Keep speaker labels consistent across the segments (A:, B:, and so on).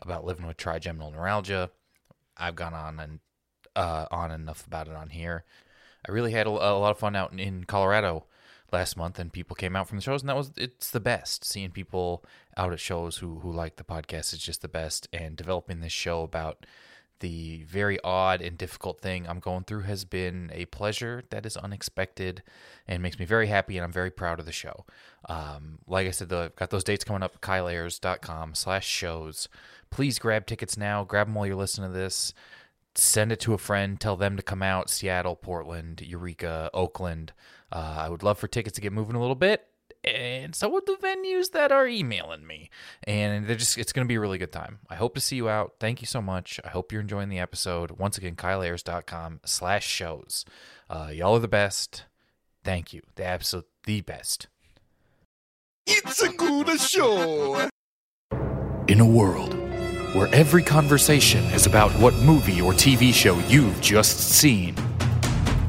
A: about living with trigeminal neuralgia. I've gone on and uh, on enough about it on here. I really had a, a lot of fun out in, in Colorado last month, and people came out from the shows, and that was it's the best. Seeing people out at shows who who like the podcast is just the best, and developing this show about the very odd and difficult thing I'm going through has been a pleasure that is unexpected and makes me very happy, and I'm very proud of the show. Um, like I said, though, I've got those dates coming up, kyleayers.com slash shows. Please grab tickets now. Grab them while you're listening to this. Send it to a friend. Tell them to come out. Seattle, Portland, Eureka, Oakland. Uh, I would love for tickets to get moving a little bit. And so would the venues that are emailing me. And they're just it's gonna be a really good time. I hope to see you out. Thank you so much. I hope you're enjoying the episode. Once again, kyleayers.com slash shows. Uh, y'all are the best. Thank you. The absolute the best.
B: It's a good show.
A: In a world where every conversation is about what movie or TV show you've just seen,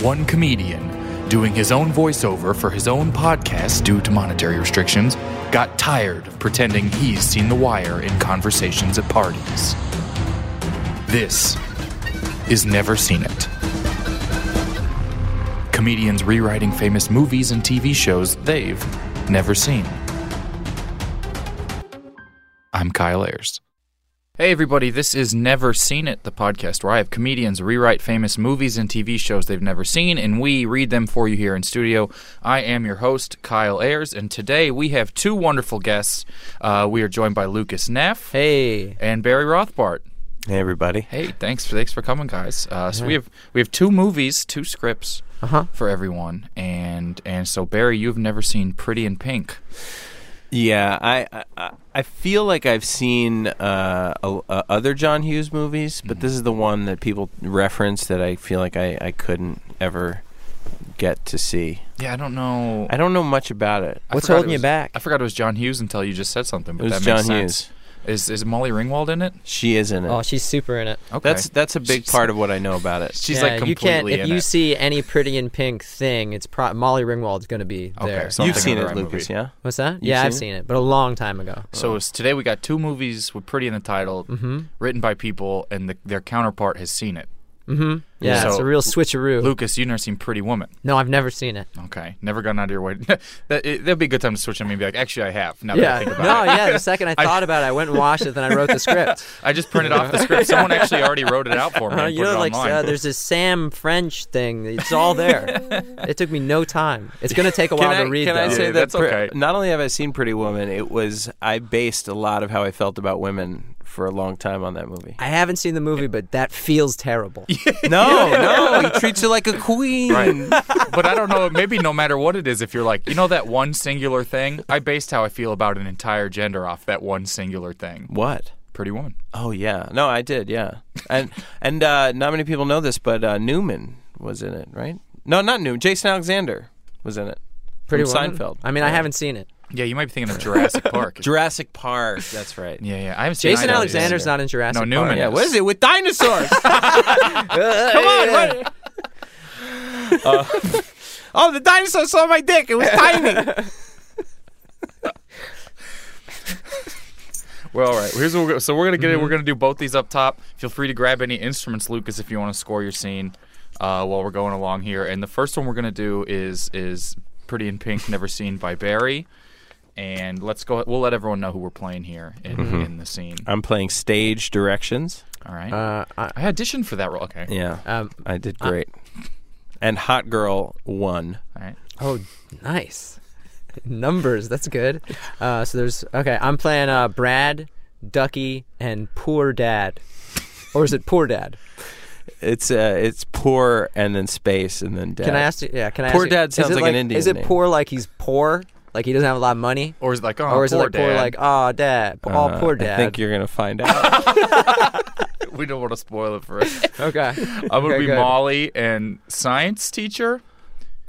A: one comedian doing his own voiceover for his own podcast due to monetary restrictions got tired of pretending he's seen The Wire in conversations at parties. This is Never Seen It. Comedians rewriting famous movies and TV shows they've never seen. I'm Kyle Ayers. Hey, everybody, this is Never Seen It, the podcast where I have comedians rewrite famous movies and TV shows they've never seen, and we read them for you here in studio. I am your host, Kyle Ayers, and today we have two wonderful guests. Uh, we are joined by Lucas Neff
C: Hey.
A: and Barry Rothbart.
C: Hey, everybody.
A: Hey, thanks for thanks for coming, guys. Uh, so we have we have two movies, two scripts
C: Uh-huh.
A: for everyone, and and so Barry, you've never seen Pretty in Pink.
C: Yeah, I I- I, I feel like I've seen uh, a, uh other John Hughes movies,
D: Mm-hmm.
C: but this is the one that people reference that I feel like I, I couldn't ever get to see.
A: Yeah, I don't know.
C: I don't know much about it.
A: I
D: What's
A: forgot it
D: holding you
A: was-
D: back?
A: I forgot it was John Hughes until you just said something.
C: It
A: But
C: was
A: that
C: John
A: makes sense.
C: Hughes.
A: Is is Molly Ringwald in it?
C: She is in it.
D: Oh, she's super in it.
A: Okay,
C: That's that's a big part of what I know about it.
A: she's
D: Yeah,
A: like completely
D: you can't. If
A: in
D: you
A: it.
D: see any pretty in pink thing, it's pro- Molly Ringwald's going to be
A: Okay,
D: there.
A: so-
C: You've
A: Something
C: seen
A: in the
C: it,
A: right
C: Lucas?
A: movie.
C: Yeah.
D: What's that? Yeah,
C: seen
D: I've
C: it?
D: seen it, but a long time ago.
A: so it's, today we got two movies with Pretty in the title,
D: Mm-hmm.
A: written by people, and the, their counterpart has seen it.
D: Mm-hmm. Yeah,
A: So-
D: it's a real switcheroo.
A: Lucas, you've never seen Pretty Woman.
D: No, I've never seen it.
A: Okay, never gone out of your way. that, it, that'd be a good time to switch on me and be like, actually, I have. Now that I
D: Yeah.
A: think about it.
D: No, yeah. The second I
A: I-
D: thought about it, I went and watched it, then I wrote the script.
A: I just printed off the script. Someone actually already wrote it out for me.
D: Uh,
A: and
D: you
A: put
D: know,
A: it
D: like
A: online.
D: uh, there's this Sam French thing. It's all there. it took me no time. It's going to take a while
C: can I,
D: to read.
C: can
D: though.
C: I
A: Yeah,
C: say that
A: that's
C: pre-
A: okay.
C: not only have I seen Pretty Woman, it was I based a lot of how I felt about women for a long time on that movie.
D: I haven't seen the movie, but that feels terrible.
C: No, no, he treats her like a queen.
A: Right. but I don't know. Maybe no matter what it is, if you're like, you know, that one singular thing, I based how I feel about an entire gender off that one singular thing.
C: What?
A: Pretty woman.
C: Oh yeah, no, I did, yeah, and and uh, not many people know this, but uh, Newman was in it, right? No, not Newman. Jason Alexander was in it.
D: Pretty
C: From
D: Woman?
C: Seinfeld.
D: I mean, I haven't seen it.
A: Yeah, you might be thinking of Jurassic Park.
C: Jurassic Park. That's right.
A: yeah, yeah. I haven't seen
D: Jason
A: either of
D: Alexander's
A: these.
D: not in Jurassic
A: No, Newman.
D: Park.
C: Yeah, what is it with dinosaurs? Come on, what? Uh, oh, the dinosaur saw my dick. It was tiny.
A: Well, all right. Here's what we're go- so we're gonna get it. We're gonna do both these up top. Feel free to grab any instruments, Lucas, if you want to score your scene uh, while we're going along here. And the first one we're gonna do is is Pretty in Pink, Never Seen by Barry. And let's go. We'll let everyone know who we're playing here in, in the scene.
C: I'm playing stage directions.
A: All right.
D: Uh, I,
A: I auditioned for that role. Okay.
C: Yeah,
D: um,
C: I did great. and Hot Girl won.
A: All right.
D: Oh, nice. Numbers, that's good. Uh, so there's okay. I'm playing uh, Brad, Ducky, and Poor Dad, or is it Poor Dad?
C: It's uh, it's poor and then space and then dad.
D: Can I ask you? Yeah, can I?
C: Uh, Poor
D: ask you-
C: Dad
D: is
C: sounds
D: it
C: like an Indian
D: Is it
C: name.
D: poor like he's poor? Like he doesn't have a lot of money.
E: Or is it like, oh,
D: or is it
E: poor
D: like poor,
E: dad.
D: like, oh, dad, p- oh,
C: Uh,
D: poor dad.
C: I think you're gonna find out.
A: We don't want to spoil it for us.
D: okay.
A: I would
D: Okay,
A: be
D: good.
A: Molly and science teacher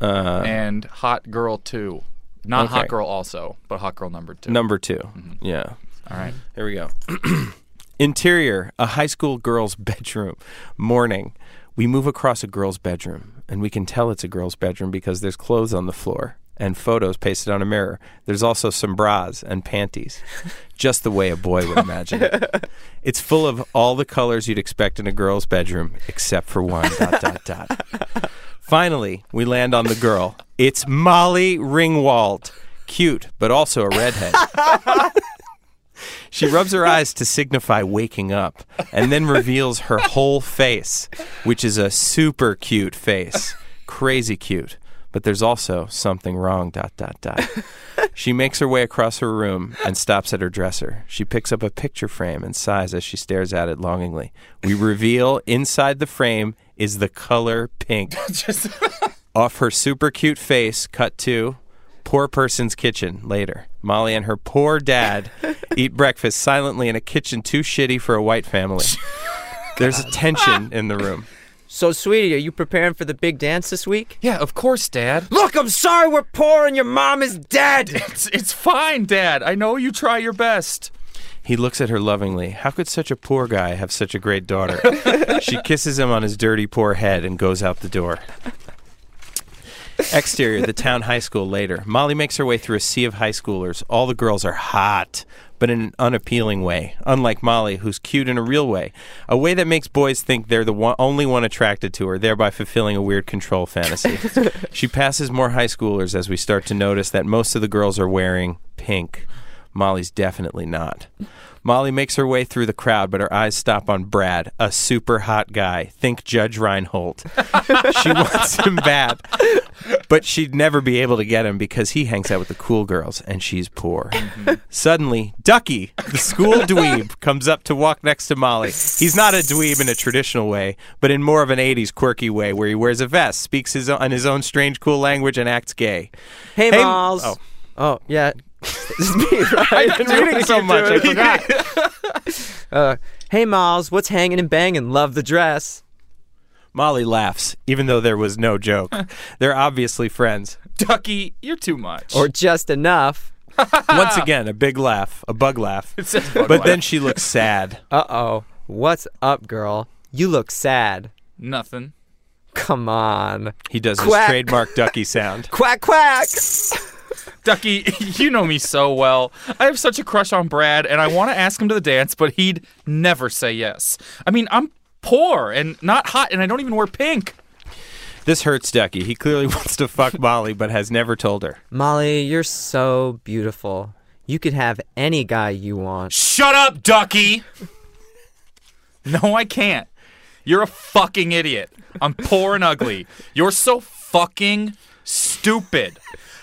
D: Uh-huh.
C: uh,
A: and hot girl two. Not hot
C: Okay.
A: girl also, but hot girl number two.
C: number 2 Yeah.
A: All right.
C: Here we go. Interior, a high school girl's bedroom. Morning. We move across a girl's bedroom, and we can tell it's a girl's bedroom because there's clothes on the floor and photos pasted on a mirror. There's also some bras and panties, just the way a boy would imagine it. It's full of all the colors you'd expect in a girl's bedroom, except for one. dot, dot, dot. Finally, we land on the girl. It's Molly Ringwald. Cute, but also a redhead. She rubs her eyes to signify waking up and then reveals her whole face, which is a super cute face. Crazy cute. But there's also something wrong, dot, dot, dot. She makes her way across her room and stops at her dresser. She picks up a picture frame and sighs as she stares at it longingly. We reveal inside the frame is the color pink. Off her super cute face, cut to poor person's kitchen later. Molly and her poor dad eat breakfast silently in a kitchen too shitty for a white family. There's a tension in the room.
D: So, sweetie, are you preparing for the big dance this week?
A: Yeah, of course, Dad.
D: Look, I'm sorry we're poor and your mom is dead.
A: It's, it's fine, Dad. I know you try your best.
C: He looks at her lovingly. How could such a poor guy have such a great daughter? she kisses him on his dirty, poor head and goes out the door. Exterior, the town high school later. Molly makes her way through a sea of high schoolers. All the girls are hot, but in an unappealing way. Unlike Molly, who's cute in a real way. A way that makes boys think they're the one, only one attracted to her, thereby fulfilling a weird control fantasy. she passes more high schoolers as we start to notice that most of the girls are wearing pink. Molly's definitely not. Molly makes her way through the crowd, but her eyes stop on Brad, a super hot guy. Think Judge Reinhold. she wants him bad, but she'd never be able to get him because he hangs out with the cool girls and she's poor. Suddenly, Ducky, the school dweeb, comes up to walk next to Molly. He's not a dweeb in a traditional way, but in more of an 80s quirky way where he wears a vest, speaks his own, in his own strange, cool language, and acts gay.
D: Hey,
C: Hey,
D: Miles.
C: oh.
D: Oh, yeah. This is me, right? I've
C: been reading so much, I
D: forgot. uh, hey, Miles, what's hanging and banging? Love the dress.
C: Molly laughs, even though there was no joke. They're obviously friends.
A: Ducky, you're too much.
D: Or just enough.
C: Once again, a big laugh, a bug laugh.
A: It says bug
C: But
A: life.
C: then she looks sad.
D: Uh oh. What's up, girl? You look sad.
A: nothing.
D: Come on.
C: He does his
D: Quack.
C: trademark ducky sound.
D: Quack, quack.
A: Ducky, you know me so well. I have such a crush on Brad, and I want to ask him to the dance, but he'd never say yes. I mean, I'm poor and not hot, and I don't even wear pink.
C: This hurts Ducky. He clearly wants to fuck Molly, but has never told her.
D: Molly, you're so beautiful. You could have any guy you want.
A: Shut up, Ducky! No, I can't. You're a fucking idiot. I'm poor and ugly. You're so fucking stupid.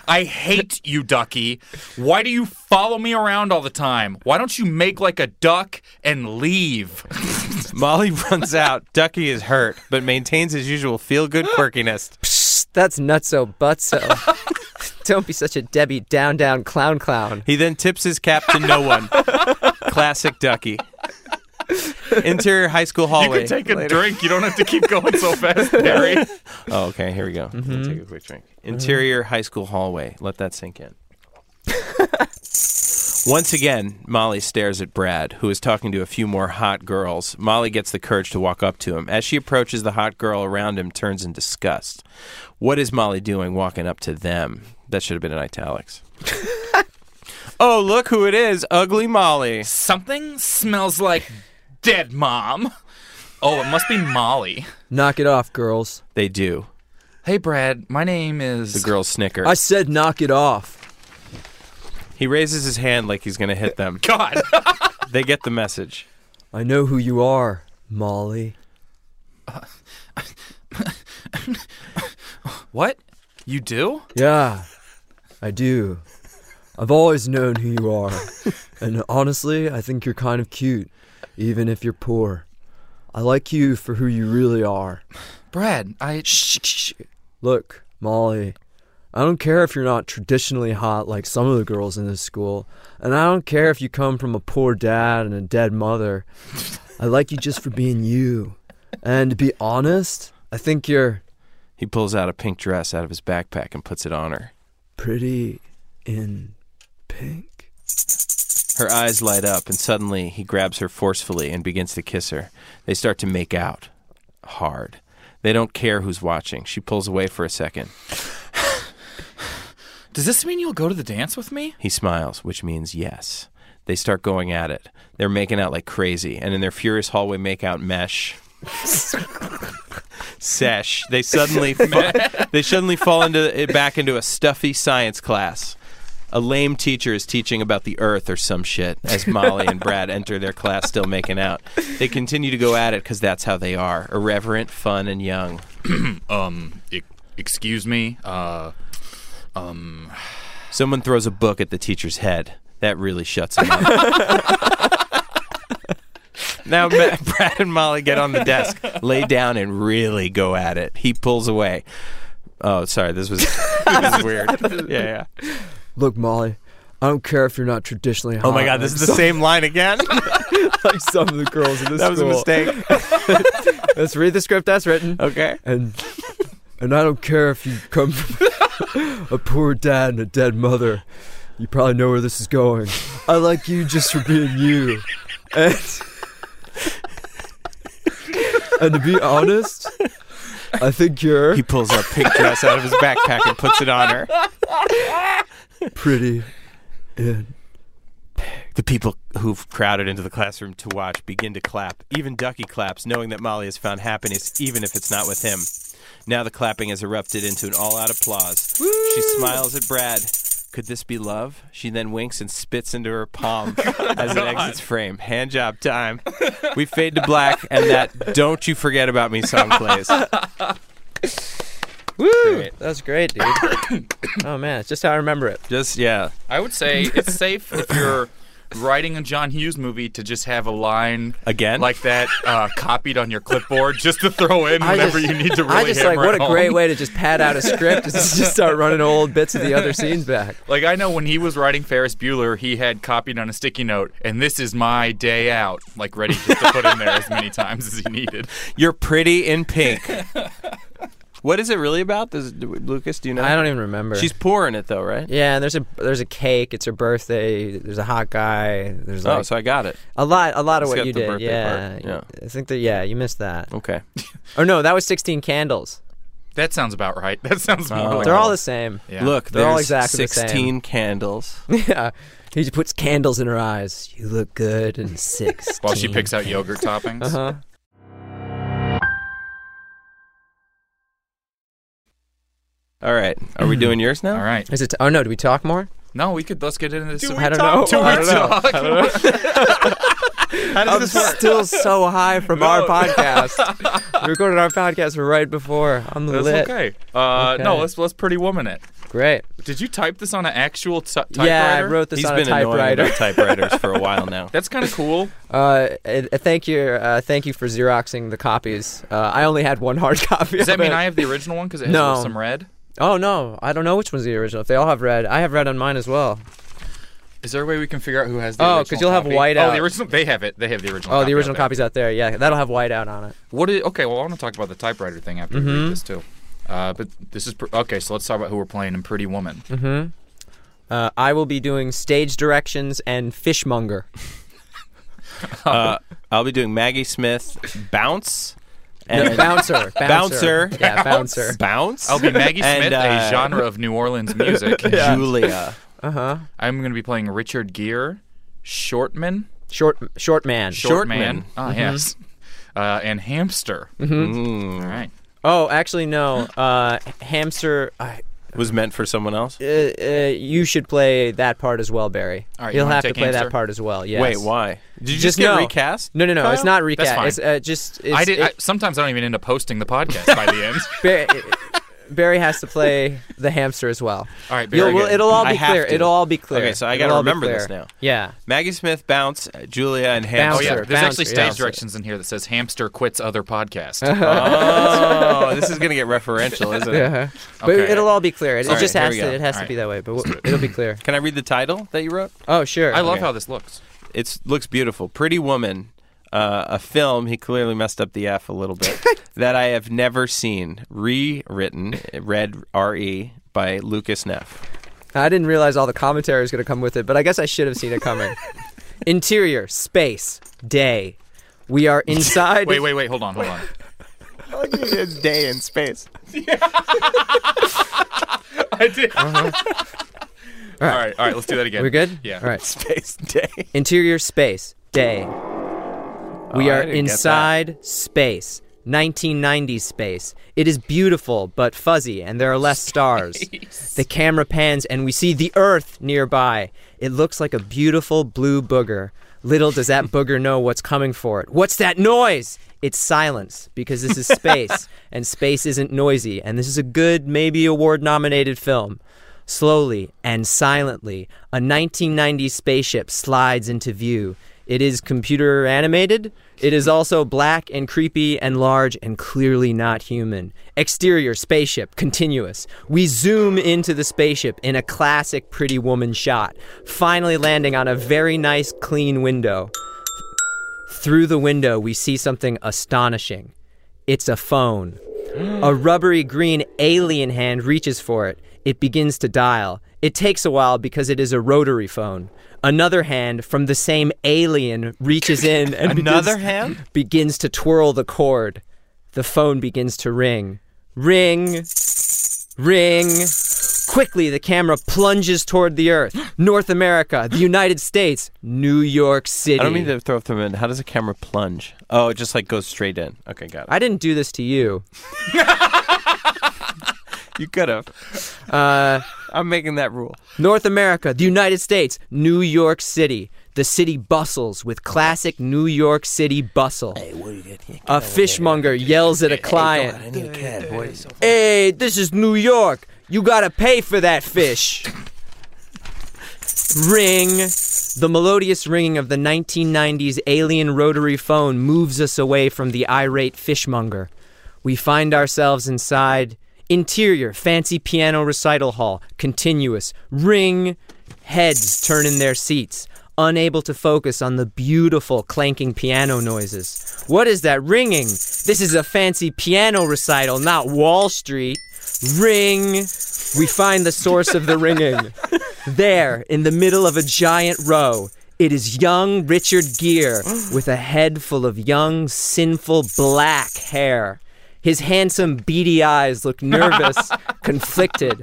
A: I hate you, Ducky. Why do you follow me around all the time? Why don't you make like a duck and leave?
C: Molly runs out. Ducky is hurt, but maintains his usual feel good quirkiness.
D: Psst, that's nutso butso. oh. Don't be such a Debbie down down clown clown.
C: He then tips his cap to no one. Classic Ducky. Interior high school hallway.
A: You can take a drink. You don't have to keep going so fast, Barry.
C: Oh, okay. Here we go. I'm gonna Take a quick drink. Interior high school hallway. Let that sink in. Once again, Molly stares at Brad, who is talking to a few more hot girls. Molly gets the courage to walk up to him. As she approaches, the hot girl around him turns in disgust. What is Molly doing walking up to them? That should have been in italics. oh, look who it is. Ugly Molly.
A: Something smells like dead mom. Oh, it must be Molly.
D: Knock it off, girls.
C: They do.
A: Hey, Brad. My name is.
C: The girls snicker.
D: I said knock it off.
C: He raises his hand like he's going to hit them.
A: God.
C: They get the message.
D: I know who you are, Molly.
A: what? You do?
D: Yeah, I do. I've always known who you are. And honestly, I think you're kind of cute, even if you're poor. I like you for who you really are.
A: Brad, I.
D: Look, Molly,
F: I don't care if you're not traditionally hot like some of the girls in this school. And I don't care if you come from a poor dad and a dead mother. I like you just for being you. And to be honest, I think you're
C: He pulls out a pink dress out of his backpack and puts it on her.
F: pretty in pink.
C: Her eyes light up, and suddenly he grabs her forcefully and begins to kiss her. They start to make out. Hard. They don't care who's watching. She pulls away for a second.
A: Does this mean you'll go to the dance with me?
C: He smiles, which means yes. They start going at it. They're making out like crazy, and in their furious hallway makeout mesh. Sesh. They suddenly fa- they suddenly fall into it back into a stuffy science class. A lame teacher is teaching about the Earth or some shit as Molly and Brad enter their class, still making out. They continue to go at it because that's how they are: irreverent, fun, and young.
A: Um, e- excuse me. Uh, um,
C: Someone throws a book at the teacher's head. That really shuts him up. now Ma- Brad and Molly get on the desk, lay down, and really go at it. He pulls away. Oh, sorry, this was, this was weird. Yeah, yeah.
F: Look, Molly, I don't care if you're not traditionally hot.
C: Oh my God, this
F: like
C: is the same line again.
F: some- like some of the girls in this
C: that was a
F: school.
C: mistake.
F: Let's read the script that's written.
C: Okay.
F: and and I don't care if you come from a poor dad and a dead mother. You probably know where this is going. I like you just for being you. And and to be honest, I think you're
C: He pulls a pink dress out of his backpack and puts it on her.
F: pretty in
C: The people who've crowded into the classroom to watch begin to clap. Even Ducky claps, knowing that Molly has found happiness, even if it's not with him. Now the clapping has erupted into an all out applause. She smiles at Brad. Could this be love? She then winks and spits into her palm as it exits frame. Hand job time. We fade to black, and that Don't You Forget About Me song plays.
D: Woo! That's great, dude. oh man, it's just how I remember it.
C: Just, yeah.
A: I would say it's safe if you're writing a John Hughes movie to just have a line
C: Again?
A: like that uh, copied on your clipboard just to throw in
D: I
A: whenever
D: just-
A: you need to really
D: I just like
A: hammer
D: what
A: it
D: a great
A: home.
D: way to just pad out a script is to just start running old bits of the other scenes back.
A: Like I know when he was writing Ferris Bueller, he had copied on a sticky note, and this is my day out, like ready just to put in there as many times as he needed.
C: You're pretty in pink. what is it really about? Does, Lucas, do you know?
D: I don't even remember.
C: She's poor in it, though, right?
D: yeah, and there's a there's a cake. It's her birthday. There's a hot guy. There's
C: Oh,
D: like
C: so I got it.
D: a lot a lot of
C: It's
D: what
C: got
D: you
C: the
D: did.
C: birthday
D: Yeah.
C: part, yeah. Oh.
D: I think that yeah, you missed that.
C: Okay.
D: Or no, that was 16 candles.
A: That sounds about right. That sounds more
C: Oh.
A: like
D: They're all the same.
A: Yeah.
C: Look,
D: They're
C: there's
D: all exactly the same.
C: 16 candles.
D: Yeah. He just puts candles in her eyes. You look good and six.
A: while she picks out yogurt toppings.
D: Uh-huh.
C: All right. Are
D: Hmm.
C: we doing yours now?
A: All right.
D: Is it? oh no, do we talk more?
A: No, we could let's get into this.
D: I don't know.
A: Do we
D: I don't know.
A: talk?
C: How does
D: I'm
C: this work?
D: still so high from our podcast. we recorded our podcast right before. I'm
A: That's
D: lit.
A: okay. Uh, No,
D: Okay.
A: let's let's pretty woman it.
D: Great.
A: Did you type this on an actual t- typewriter?
D: Yeah, I wrote this
C: He's
D: on
C: been
D: a
C: annoying
D: typewriter.
C: about typewriters for a while now.
A: That's kind of cool.
D: Uh, and- and thank you, uh, thank you for xeroxing the copies. Uh, I only had one hard copy.
A: Does that
D: of
A: mean
D: it.
A: I have the original one because it has
D: No.
A: some red?
D: Oh no, I don't know which one's the original. If they all have red, I have red on mine as well.
A: Is there a way we can figure out who has the
D: Oh,
A: original?
D: 'cause you'll have
A: copy?
D: white
A: Oh,
D: out.
A: the original. They have it. They have the original.
D: Oh,
A: copy
D: the
A: out
D: original
A: there.
D: copy's out there. Yeah, that'll have whiteout on it.
A: What is, okay, well, I want to talk about the typewriter thing after we
D: Mm-hmm.
A: read this too. Uh, but this is pr- okay. So let's talk about who we're playing in Pretty Woman.
D: Uh, I will be doing stage directions and fishmonger. Oh.
C: Uh, I'll be doing Maggie Smith, Bounce, and
D: bouncer, bouncer,
C: Bouncer.
D: yeah, bouncer.
C: Bounce.
A: I'll be Maggie
C: And,
A: Smith,
C: uh,
A: a genre of New Orleans music.
C: Julia.
D: Uh huh.
A: I'm going to be playing Richard Gere, Shortman,
D: Short, short man.
A: Shortman.
C: Shortman.
A: Ah,
D: Mm-hmm.
A: yes, uh, and Hamster. All
C: Mm.
A: right.
D: Oh, actually, no. Uh, hamster. I
C: Was meant for someone else?
D: uh, uh, you should play that part as well, Barry.
A: All right, you
D: You'll
A: wanna
D: have to
A: take
D: play
A: Hamster?
D: that part as well. Yes.
C: Wait, why? Did you just,
D: Just
C: get
D: no.
C: recast?
D: No, no, no. It's
C: Kyle?
D: not recap.
A: fine.
D: It's uh, just. It's,
A: I did. I,
D: it-
A: sometimes I don't even end up posting the podcast by the end.
D: Ba- Barry has to play the hamster as well.
A: All right,
D: You'll,
A: Barry.
D: well, it'll all
C: I
D: be
C: have
D: clear.
C: to.
D: It'll all be clear.
C: Okay, so I
D: It'll
C: gotta
D: all be
C: remember this
D: clear.
C: now.
D: Yeah.
C: Maggie Smith, Bounce, uh, Julia, and
A: oh
C: Hamster.
A: yeah,
D: Bouncer,
A: there's actually
D: bouncer,
A: stage
D: bouncer.
A: directions in here that says hamster quits other podcast.
C: Oh, this is gonna get referential, isn't it?
D: Yeah. But
A: Okay.
D: it'll all be clear. It, it
C: Sorry,
D: just
C: here
D: has
C: we
D: to.
C: go.
D: It has
A: All
D: to be
A: right.
D: that way. But w- it'll be clear.
C: Can I read the title that you wrote?
D: Oh sure.
A: I love
C: Okay.
A: how this looks.
C: It looks beautiful. Pretty Woman, uh, a film. He clearly messed up the F a little bit. that I have never seen. Rewritten, read R E by Lucas Neff.
D: I didn't realize all the commentary was going to come with it, but I guess I should have seen it coming. Interior, space, day. We are inside.
A: Wait, wait, wait. Hold on, hold on.
C: Oh, it's day in space.
A: I did. All right, all right. Let's do that again.
D: We're good?
A: Yeah.
D: All right.
C: Space day.
D: Interior, space, day. We
C: Oh, I
D: are
C: didn't get that.
D: inside space. 1990s space. It is beautiful but fuzzy, and there are less stars. The camera pans, and we see the Earth nearby. It looks like a beautiful blue booger. Little does that booger know what's coming for it. What's that noise? It's silence because this is space, and space isn't noisy, and this is a good, maybe award nominated film. Slowly and silently, a 1990 spaceship slides into view. It is computer animated. It is also black and creepy and large and clearly not human. Exterior spaceship, continuous. We zoom into the spaceship in a classic pretty woman shot, finally landing on a very nice clean window. Through the window, we see something astonishing. It's a phone. A rubbery green alien hand reaches for it. It begins to dial. It takes a while because it is a rotary phone. Another hand from the same alien reaches in and
C: Another
D: begins,
C: hand?
D: begins to twirl the cord. The phone begins to ring. Ring. Ring. Quickly, the camera plunges toward the earth. North America, the United States, New York City.
C: I don't mean to throw them in. How does a camera plunge? Oh, it just like goes straight in. Okay, got it.
D: I didn't do this to you.
C: You could have.
D: Uh,
C: I'm making that rule.
D: North America, the United States, New York City. The city bustles with classic New York City bustle. A fishmonger yells at a client Hey, this is New York. You gotta pay for that fish. Ring. The melodious ringing of the 1990s alien rotary phone moves us away from the irate fishmonger. We find ourselves inside interior fancy piano recital hall, continuous ring. Heads turn in their seats, unable to focus on the beautiful clanking piano noises. What is that ringing? This is a fancy piano recital, not Wall Street. Ring. We find the source of the ringing. There, in the middle of a giant row, it is young Richard Gere with a head full of young, sinful black hair. His handsome, beady eyes look nervous, conflicted.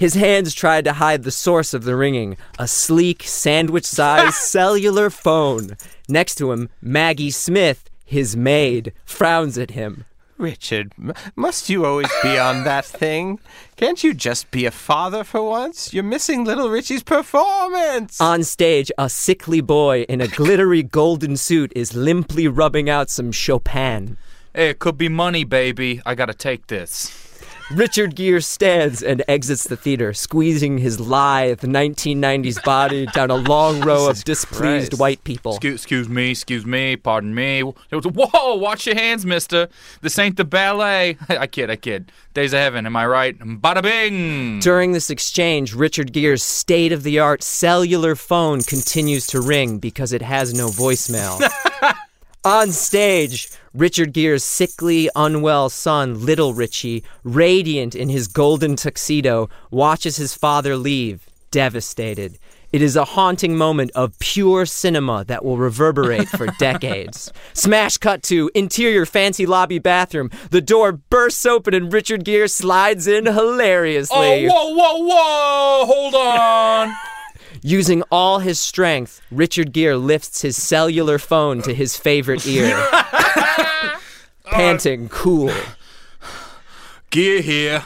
D: His hands tried to hide the source of the ringing a sleek, sandwich sized cellular phone. Next to him, Maggie Smith, his maid, frowns at him.
C: Richard, m- must you always be on that thing? Can't you just be a father for once? You're missing little Richie's performance.
D: On stage, a sickly boy in a glittery golden suit is limply rubbing out some Chopin.
A: Hey, it could be money, baby. I gotta take this.
D: Richard Gere stands and exits the theater, squeezing his lithe 1990s body down a long row of displeased
C: Christ.
D: white people.
A: Excuse, excuse me, excuse me, pardon me. Whoa, watch your hands, mister. This ain't the ballet. I kid, I kid. Days of Heaven, am I right? Bada bing!
D: During this exchange, Richard Gere's state of the art cellular phone continues to ring because it has no voicemail. On stage, Richard Gere's sickly, unwell son, Little Richie, radiant in his golden tuxedo, watches his father leave, devastated. It is a haunting moment of pure cinema that will reverberate for decades. Smash cut to interior fancy lobby bathroom. The door bursts open and Richard Gere slides in
A: Oh,
D: hilariously.
A: whoa, whoa, whoa! Hold on!
D: Using all his strength, Richard Gere lifts his cellular phone to his favorite ear. Panting, cool.
A: Gear here.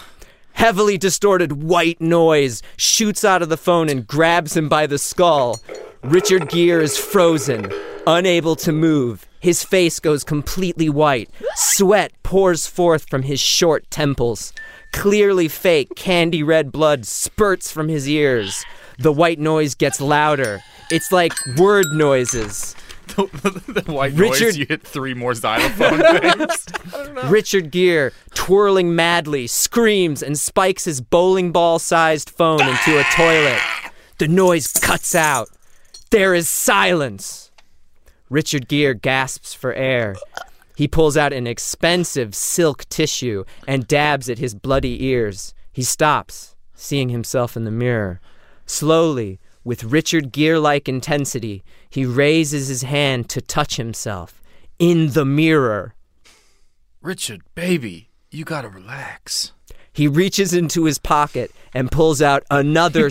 D: Heavily distorted white noise shoots out of the phone and grabs him by the skull. Richard Gere is frozen, unable to move. His face goes completely white. Sweat pours forth from his short temples. clearly fake, candy red blood spurts from his ears. The white noise gets louder. It's like word noises.
A: the white
D: Richard-
A: noise. You hit three more xylophone things.
D: Richard Gere, twirling madly, screams and spikes his bowling ball sized phone into a toilet. The noise cuts out. There is silence. Richard Gere gasps for air. He pulls out an expensive silk tissue and dabs at his bloody ears. He stops, seeing himself in the mirror. Slowly, with Richard Gere like intensity, he raises his hand to touch himself in the mirror.
A: Richard, baby, you gotta relax.
D: He reaches into his pocket and pulls out another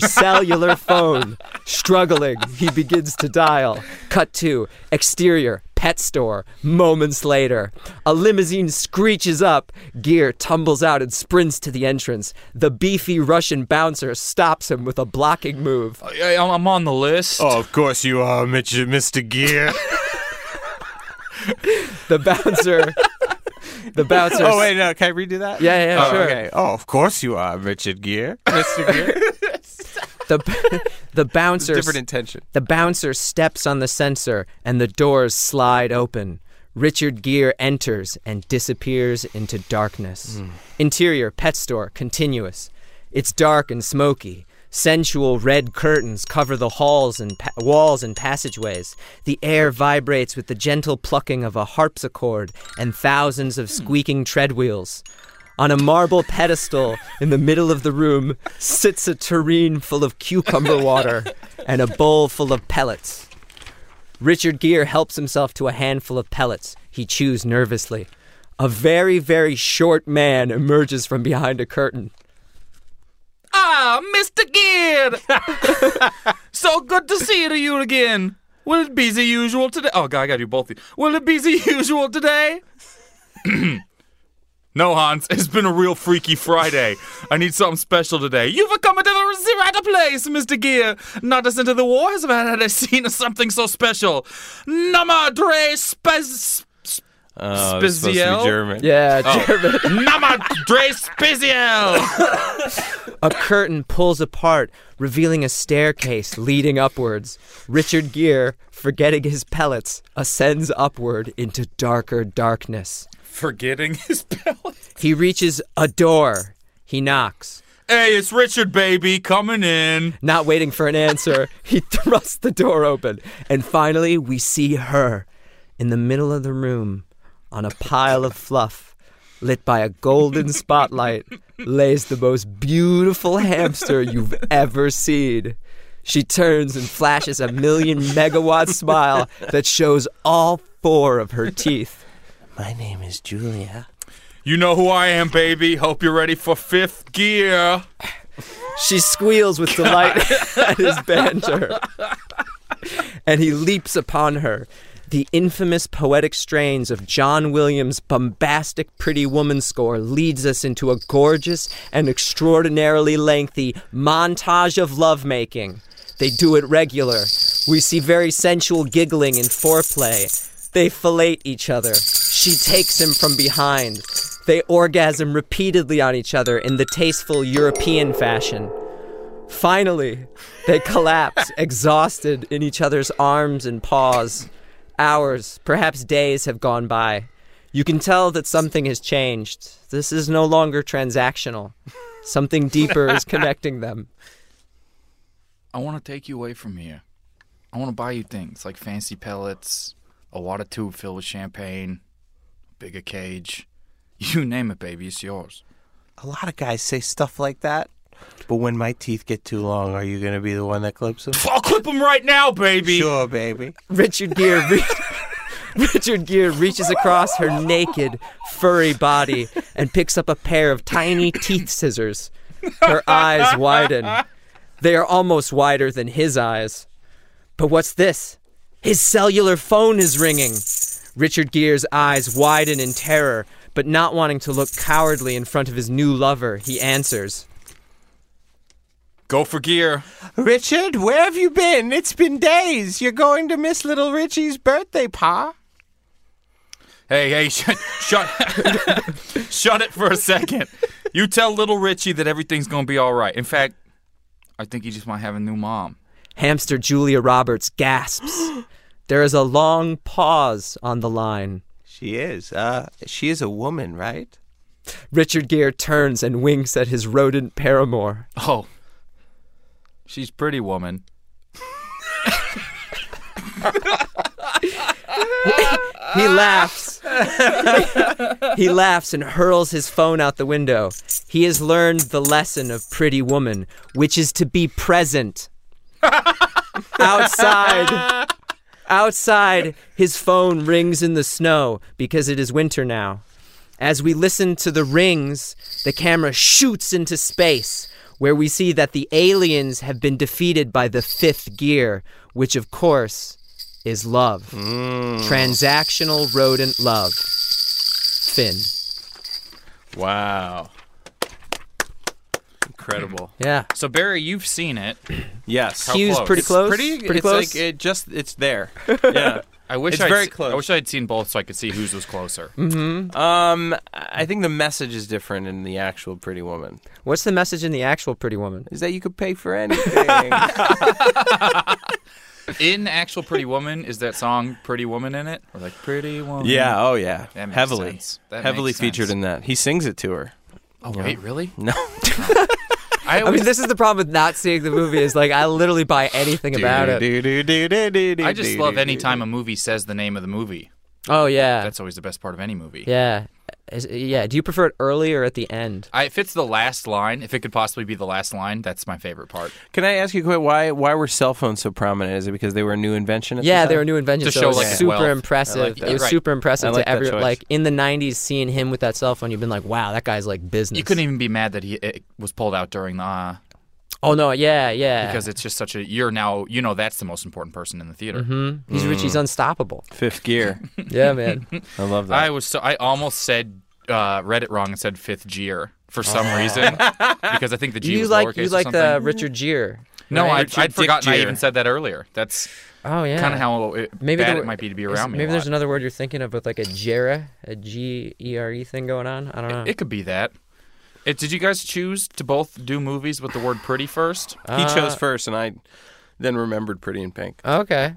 D: cellular phone. Struggling, he begins to dial. Cut to exterior, pet store. Moments later, a limousine screeches up. Gear tumbles out and sprints to the entrance. The beefy Russian bouncer stops him with a blocking move.
A: I, I, I'm on the list.
D: Oh,
C: Oh, of course you are, Mr. Gear.
D: The bouncer. The bouncer.
C: oh wait, no, can I redo that?
D: Yeah, yeah,
C: Oh,
D: sure.
C: Okay. Oh, of course you are, Richard Gear. Mr. Gear.
D: The, the bouncer.
C: Different intention.
D: The bouncer steps on the sensor and the doors slide open. Richard Gere enters and disappears into darkness. Interior pet store continuous. It's dark and smoky. Sensual red curtains cover the halls and pa- walls and passageways. The air vibrates with the gentle plucking of a harpsichord and thousands of squeaking treadwheels. On a marble pedestal in the middle of the room sits a tureen full of cucumber water and a bowl full of pellets. Richard Gere helps himself to a handful of pellets. He chews nervously. A very, very short man emerges from behind a curtain.
A: Ah, Mr. Gear! so good to see you again. Will it be the usual today? Oh, God, I gotta do both these. Will it be the usual today? no, Hans, it's been a real freaky Friday. I need something special today. You've come to the right place, Mr. Gear. Not a cent of the war has had a scene of something so special. Nama Dre Spez.
C: Oh, this is supposed to
A: Spaziel?
C: be German.
D: Yeah,
A: Nama Dre Spezial!
D: A curtain pulls apart, revealing a staircase leading upwards. Richard Gere, forgetting his pellets, ascends upward into darker darkness.
A: Forgetting his pellet.
D: He reaches a door. He knocks.
A: Hey, it's Richard, baby, coming in.
D: Not waiting for an answer, he thrusts the door open. And finally, we see her in the middle of the room on a pile of fluff, lit by a golden spotlight, lays the most beautiful hamster you've ever seen. She turns and flashes a million megawatt smile that shows all four of her teeth.
C: My name is Julia.
A: You know who I am, baby. Hope you're ready for fifth gear.
D: She squeals with delight at his banter. And he leaps upon her. The infamous poetic strains of John Williams' bombastic Pretty Woman score leads us into a gorgeous and extraordinarily lengthy montage of lovemaking. They do it regular. We see very sensual giggling and foreplay. They fellate each other. She takes him from behind. They orgasm repeatedly on each other in the tasteful European fashion. Finally, they collapse, exhausted in each other's arms and paws. Hours, perhaps days, have gone by. You can tell that something has changed. This is no longer transactional. Something deeper is connecting them.
A: I want to take you away from here. I want to buy you things like fancy pellets, a water tube filled with champagne, bigger cage. You name it, baby, it's yours.
C: A lot of guys say stuff like that. But when my teeth get too long, are you going to be the one that clips them?
A: I'll clip him right now, baby.
C: Sure, baby.
D: Richard Gere. Re- Richard Gere reaches across her naked, furry body and picks up a pair of tiny teeth scissors. Her eyes widen. They are almost wider than his eyes. But what's this? His cellular phone is ringing. Richard Gere's eyes widen in terror, but not wanting to look cowardly in front of his new lover, he answers.
A: Go for gear.
C: Richard, where have you been? It's been days. You're going to miss little Richie's birthday, Pa.
A: Hey, hey, shut, shut, shut it for a second. You tell little Richie that everything's gonna be all right. In fact, I think he just might have a new mom.
D: Hamster Julia Roberts gasps. there is a long pause on the line.
C: She is. Uh, she is a woman, right?
D: Richard Gere turns and winks at his rodent paramour.
A: Oh, she's pretty woman.
D: He laughs. he laughs and hurls his phone out the window. He has learned the lesson of pretty woman, which is to be present. outside. Outside, his phone rings in the snow because it is winter now. As we listen to the rings, the camera shoots into space, where we see that the aliens have been defeated by the fifth gear, which, of course, is love. Mm. Transactional rodent love. Finn.
C: Wow. Incredible.
D: Yeah.
A: So Barry, you've seen it.
C: Yes.
A: How
D: Hugh's
A: close?
D: pretty
A: It's
D: close.
C: Pretty,
D: pretty
C: it's
D: close.
C: like it just it's there. Yeah.
A: I wish
C: It's
A: I'd
C: very
A: se-
C: close.
A: I wish I had seen both so I could see whose was closer.
C: um I think the message is different in the actual Pretty Woman.
D: What's the message in the actual Pretty Woman?
C: Is that you could pay for anything.
A: In actual Pretty Woman, is that song Pretty Woman in it? Or like Pretty Woman?
C: yeah, oh yeah.
A: That makes
C: Heavily.
A: sense. That
C: Heavily
A: makes
C: featured
A: sense.
C: in that. He sings it to her.
A: Oh wait, really?
C: No.
A: I,
D: I
A: always,
D: mean, this is the problem with not seeing the movie. Is like I literally buy anything about it.
A: I just love any time a movie says the name of the movie.
D: Oh yeah,
A: That's always the best part of any movie.
D: yeah, Is- yeah. Do you prefer it early or at the end?
A: I, if it's the last line, if it could possibly be the last line, that's my favorite part.
C: Can I ask you quick why why were cell phones so prominent? Is it because they were a new invention? At
D: Yeah,
C: the
D: they
C: time?
D: were new
A: To
D: inventions. so it
A: show,
D: was
A: like,
D: super
A: wealth. I
D: impressive.
A: like that.
D: It was
A: Right.
D: super impressive
C: I like
D: to
C: that
D: every
C: choice.
D: like in the '90s. Seeing him with that cell phone, you've been like, wow, that guy's like business.
A: You couldn't even be mad that he it was pulled out during the uh,
D: Oh no, yeah, yeah.
A: because it's just such a you're now you know that's the most important person in the theater.
D: Mm-hmm. he's rich,
A: Mm.
D: he's unstoppable.
C: Fifth gear.
D: Yeah, man.
C: I love that.
A: I was so I almost said uh, read it wrong and said fifth gear for some reason because I think the G
D: Oh. you
A: was
D: like
A: lowercase
D: you
A: or
D: like the
A: something.
D: Richard Gere.
A: no
D: right?
A: I
C: Richard
A: I'd
C: Dick
A: forgotten I
C: Gere.
A: even said that earlier. That's
D: Oh yeah.
A: kind of how it,
D: maybe
A: bad
D: there-
A: it might be to be
D: is-
A: around me.
D: Maybe
A: a
D: there's
A: lot.
D: another word you're thinking of with like a Jera, a G E R E thing going on. I don't know.
A: It could be that. It, did you guys choose to both do movies with the word pretty first?
D: Uh,
C: he chose first, and I then remembered Pretty in Pink.
D: Oh, okay.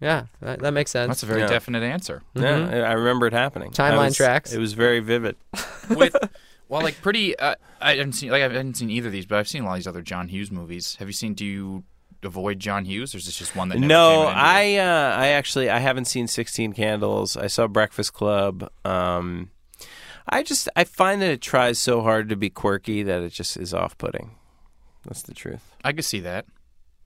D: Yeah, that, that makes sense.
A: That's a very
C: Yeah.
A: definite answer.
C: Yeah, I I remember it happening.
D: Mm-hmm. Timeline
C: I was-
D: tracks.
C: It was very vivid.
A: With well, like pretty. Uh, I haven't seen like I haven't seen either of these, but I've seen a lot of these other John Hughes movies. Have you seen? Do you avoid John Hughes, or is this just one that? Never
C: No,
A: came out anyway?
C: I uh, I actually I haven't seen Sixteen Candles. I saw Breakfast Club. Um, I just I find that it tries so hard to be quirky that it just is off putting. That's the truth.
A: I could see that.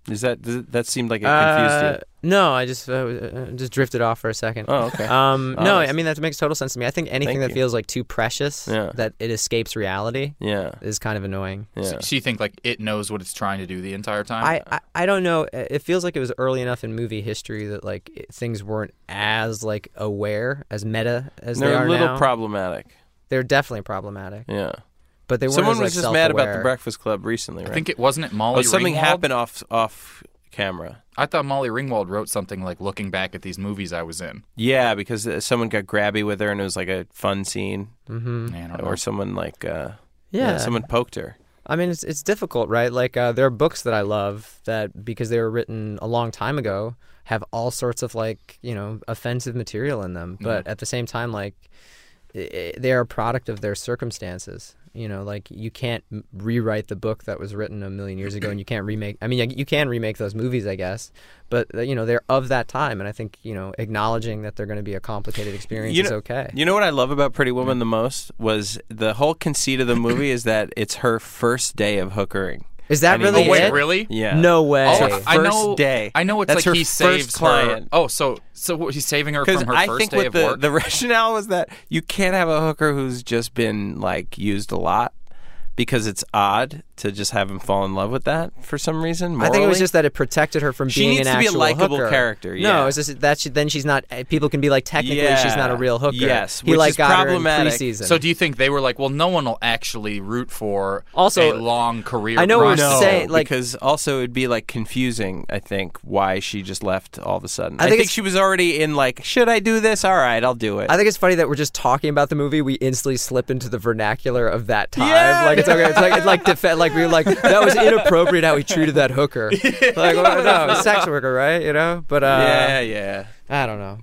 C: Is that does it- that seemed like it confused
D: Uh,
C: you?
D: no, I just uh, uh, just drifted off for a second.
C: Oh, okay.
D: Um, no,
C: Honest.
D: I mean that makes total sense to me. I think
C: Thank
D: anything that
C: you.
D: feels like too precious,
C: Yeah.
D: that it escapes reality,
C: yeah,
D: is kind of annoying.
C: yeah.
A: So you think like it knows what it's trying to do the entire time?
D: I, I, I don't know. uh, It feels like it was early enough in movie history that like it, things weren't as like aware as meta as they
C: They're
D: are
C: a little
D: now.
C: problematic.
D: They're definitely problematic,
C: Yeah.
D: but they weren't.
C: Someone
D: as,
C: was
D: like,
C: just mad about the
D: self-aware.
C: Breakfast Club recently, right?
A: I think it wasn't it Molly.
C: oh, something
A: Ringwald?
C: happened off off camera.
A: I thought Molly Ringwald wrote something like looking back at these movies I was in.
C: Yeah, because uh, someone got grabby with her, and it was like a fun scene,
A: Man, I don't know.
C: Hmm. or someone like uh,
D: Mm-hmm. Uh-huh. Yeah.
C: someone poked her.
D: I mean, it's it's difficult, right? Like uh, there are books that I love that because they were written a long time ago have all sorts of like you know offensive material in
C: Mm-hmm.
D: them, but at the same time, like i- i they are a product of their circumstances. You know, like you can't m- rewrite the book that was written a million years ago, and you can't remake. I mean, you can remake those movies, I guess, but uh, you know they're of that time, and I think you know acknowledging that they're going to be a complicated experience
C: You
D: is
C: know-
D: okay.
C: You know what I love about Pretty Woman the most was the whole conceit of the movie is that it's her first day of hookering.
D: is that
C: I mean,
D: really
A: oh wait,
D: it?
A: really?
C: Yeah.
D: No way.
A: Oh,
C: her
A: I know.
C: first day.
A: I know it's
C: That's
A: like
C: her
A: he
C: first
A: saves
C: client.
A: her. Oh, so so what, he's saving her
C: Because
A: from her
C: I
A: first
C: think
A: day
C: what
A: of
C: the,
A: work.
C: the rationale was that you can't have a hooker who's just been like used a lot because it's odd to just have him fall in love with that for some reason.
D: I think it was
C: morally.
D: just that it protected her from
C: She
D: being
C: needs
D: an
C: to be a
D: actual
C: likable
D: hooker.
C: character,
D: No,
C: yeah.
D: it's just that she, then she's not. eh, People can be like, technically, she's not a
C: Yeah.
D: real hooker.
C: Yes,
D: he
C: which
D: like
C: is
D: got
C: problematic.
D: her in preseason.
A: So do you think they were like, well, no one will actually root for a
D: Also,
A: long career?
D: I know we're
A: we're
C: no,
D: saying, like-
C: Oh, because also it'd be like confusing. I think why she just left all of a sudden. I,
D: think
C: think,
D: it's-
C: she was already in like, should I do this? All right, I'll do it.
D: I think it's funny that we're just talking about the movie. We instantly slip into the vernacular of that time.
C: Yeah,
D: like it's okay. It's like it's like defe- like we were like that was inappropriate how we treated that hooker. Like well, no, it's sex worker, right? You know. But uh,
C: yeah, yeah.
D: I don't know.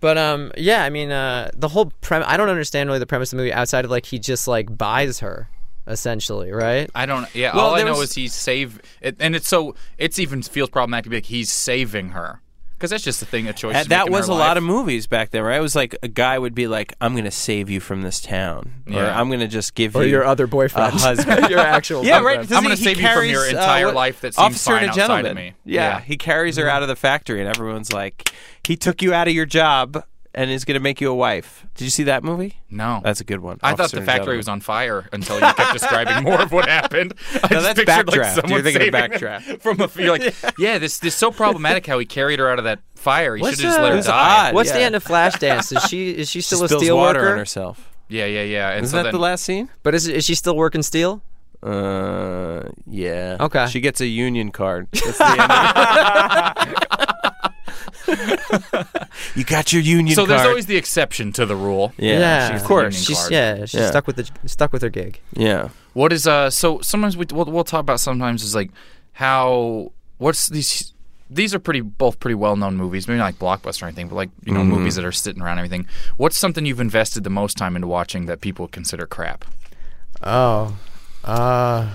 D: But um, yeah, I mean, uh, the whole premise. I don't understand really the premise of the movie outside of like he just like buys her, essentially, right?
A: I don't. Yeah,
C: Well,
A: all I
C: there
A: know
C: was-
A: is he's save, it, and it's so it's even feels problematic. to be Like he's saving her because that's just the thing a choice.
C: And
A: she's
C: that
A: making in
C: was a
A: her
C: lot
A: life.
C: of movies back then, right? It was like a guy would be like, "I'm going to save you from this town," or
A: Yeah.
C: "I'm going to just give
D: Or
C: you
D: your other boyfriend,
C: a husband."
D: your actual
C: yeah, right.
D: boyfriend.
C: doesn't
A: I'm gonna
C: he- he
A: save you from your
C: carries, uh,
A: entire
C: what-
A: life that seems
C: officer and
A: fine
C: a
A: outside of
C: gentleman.
A: me.
C: Yeah.
A: Yeah.
C: he carries
D: Mm-hmm.
C: her out of the factory, and everyone's like, "He took you out of your job." And is going to make you a wife. Did you see that movie?
A: No,
C: That's a good one.
A: I thought
C: Officer
A: the
C: and
A: factory
C: Gentleman.
A: was on fire until you kept describing more of what happened. I
C: No,
A: just
C: that's
A: pictured, like,
C: Backdraft. You're
A: someone
C: thinking of
A: saving them
C: Backdraft.
A: from a. You're like, yeah, this this is so problematic how he carried her out of that fire. You should
C: What's
A: have just
C: the-
A: let her
C: it's
A: die.
C: odd.
D: What's the
C: Yeah.
D: end of Flashdance? Is she is she still
C: She
D: a
C: spills
D: steel
C: water
D: worker?
C: on herself.
A: Yeah, yeah, yeah. And
C: Isn't
A: so
C: that
A: then,
C: the last scene?
D: But is is she still working steel?
C: Uh, yeah.
D: Okay.
C: She gets a union card. That's the end of it. you got your union
A: So
C: card.
A: there's always the exception to the rule.
C: yeah, she-
A: she's
C: of
A: the
C: course.
A: union
D: She's
A: card.
D: yeah, she's
C: Yeah.
D: stuck with the stuck with her gig.
C: Yeah.
A: What is uh? So sometimes we we'll, we'll talk about sometimes is like how what's these. These are pretty both pretty well known movies, maybe not like blockbuster or anything, but like you know
C: Mm-hmm.
A: movies that are sitting around and everything. What's something you've invested the most time into watching that people consider crap?
D: Oh. Uh,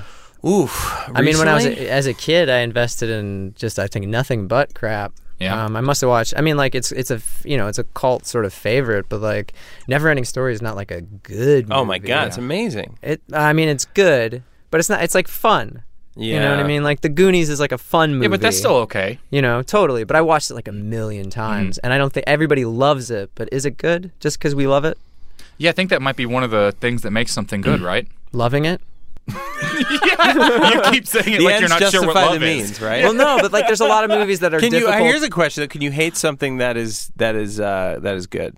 C: Oof.
D: I mean, when I was
C: recently?
D: a, as a kid, I invested in just I think nothing but crap.
A: Yeah.
D: Um, I must have watched. I mean, like it's it's a f- you know it's a cult sort of favorite, but like Neverending Story is not like a good.
C: oh my
D: movie.
C: god, it's amazing.
D: It. I mean, it's good, but it's not. It's like fun.
C: Yeah.
D: You know what I mean? Like The Goonies is like a fun movie.
A: Yeah, but that's still okay.
D: you know totally. But I watched it like a
C: Mm.
D: million times, and I don't think everybody loves it. But is it good just because we love it?
A: Yeah, I think that might be one of the things that makes something good, right?
D: Loving it?
A: you keep saying it
C: The
A: like you're
C: ends
A: not
C: justify
A: sure what love
C: the means,
A: is.
C: right?
D: Well, no, but like there's a lot of movies that are
C: can you?
D: difficult.
C: uh, Here's a question: though. Can you hate something that is that is uh, that is good?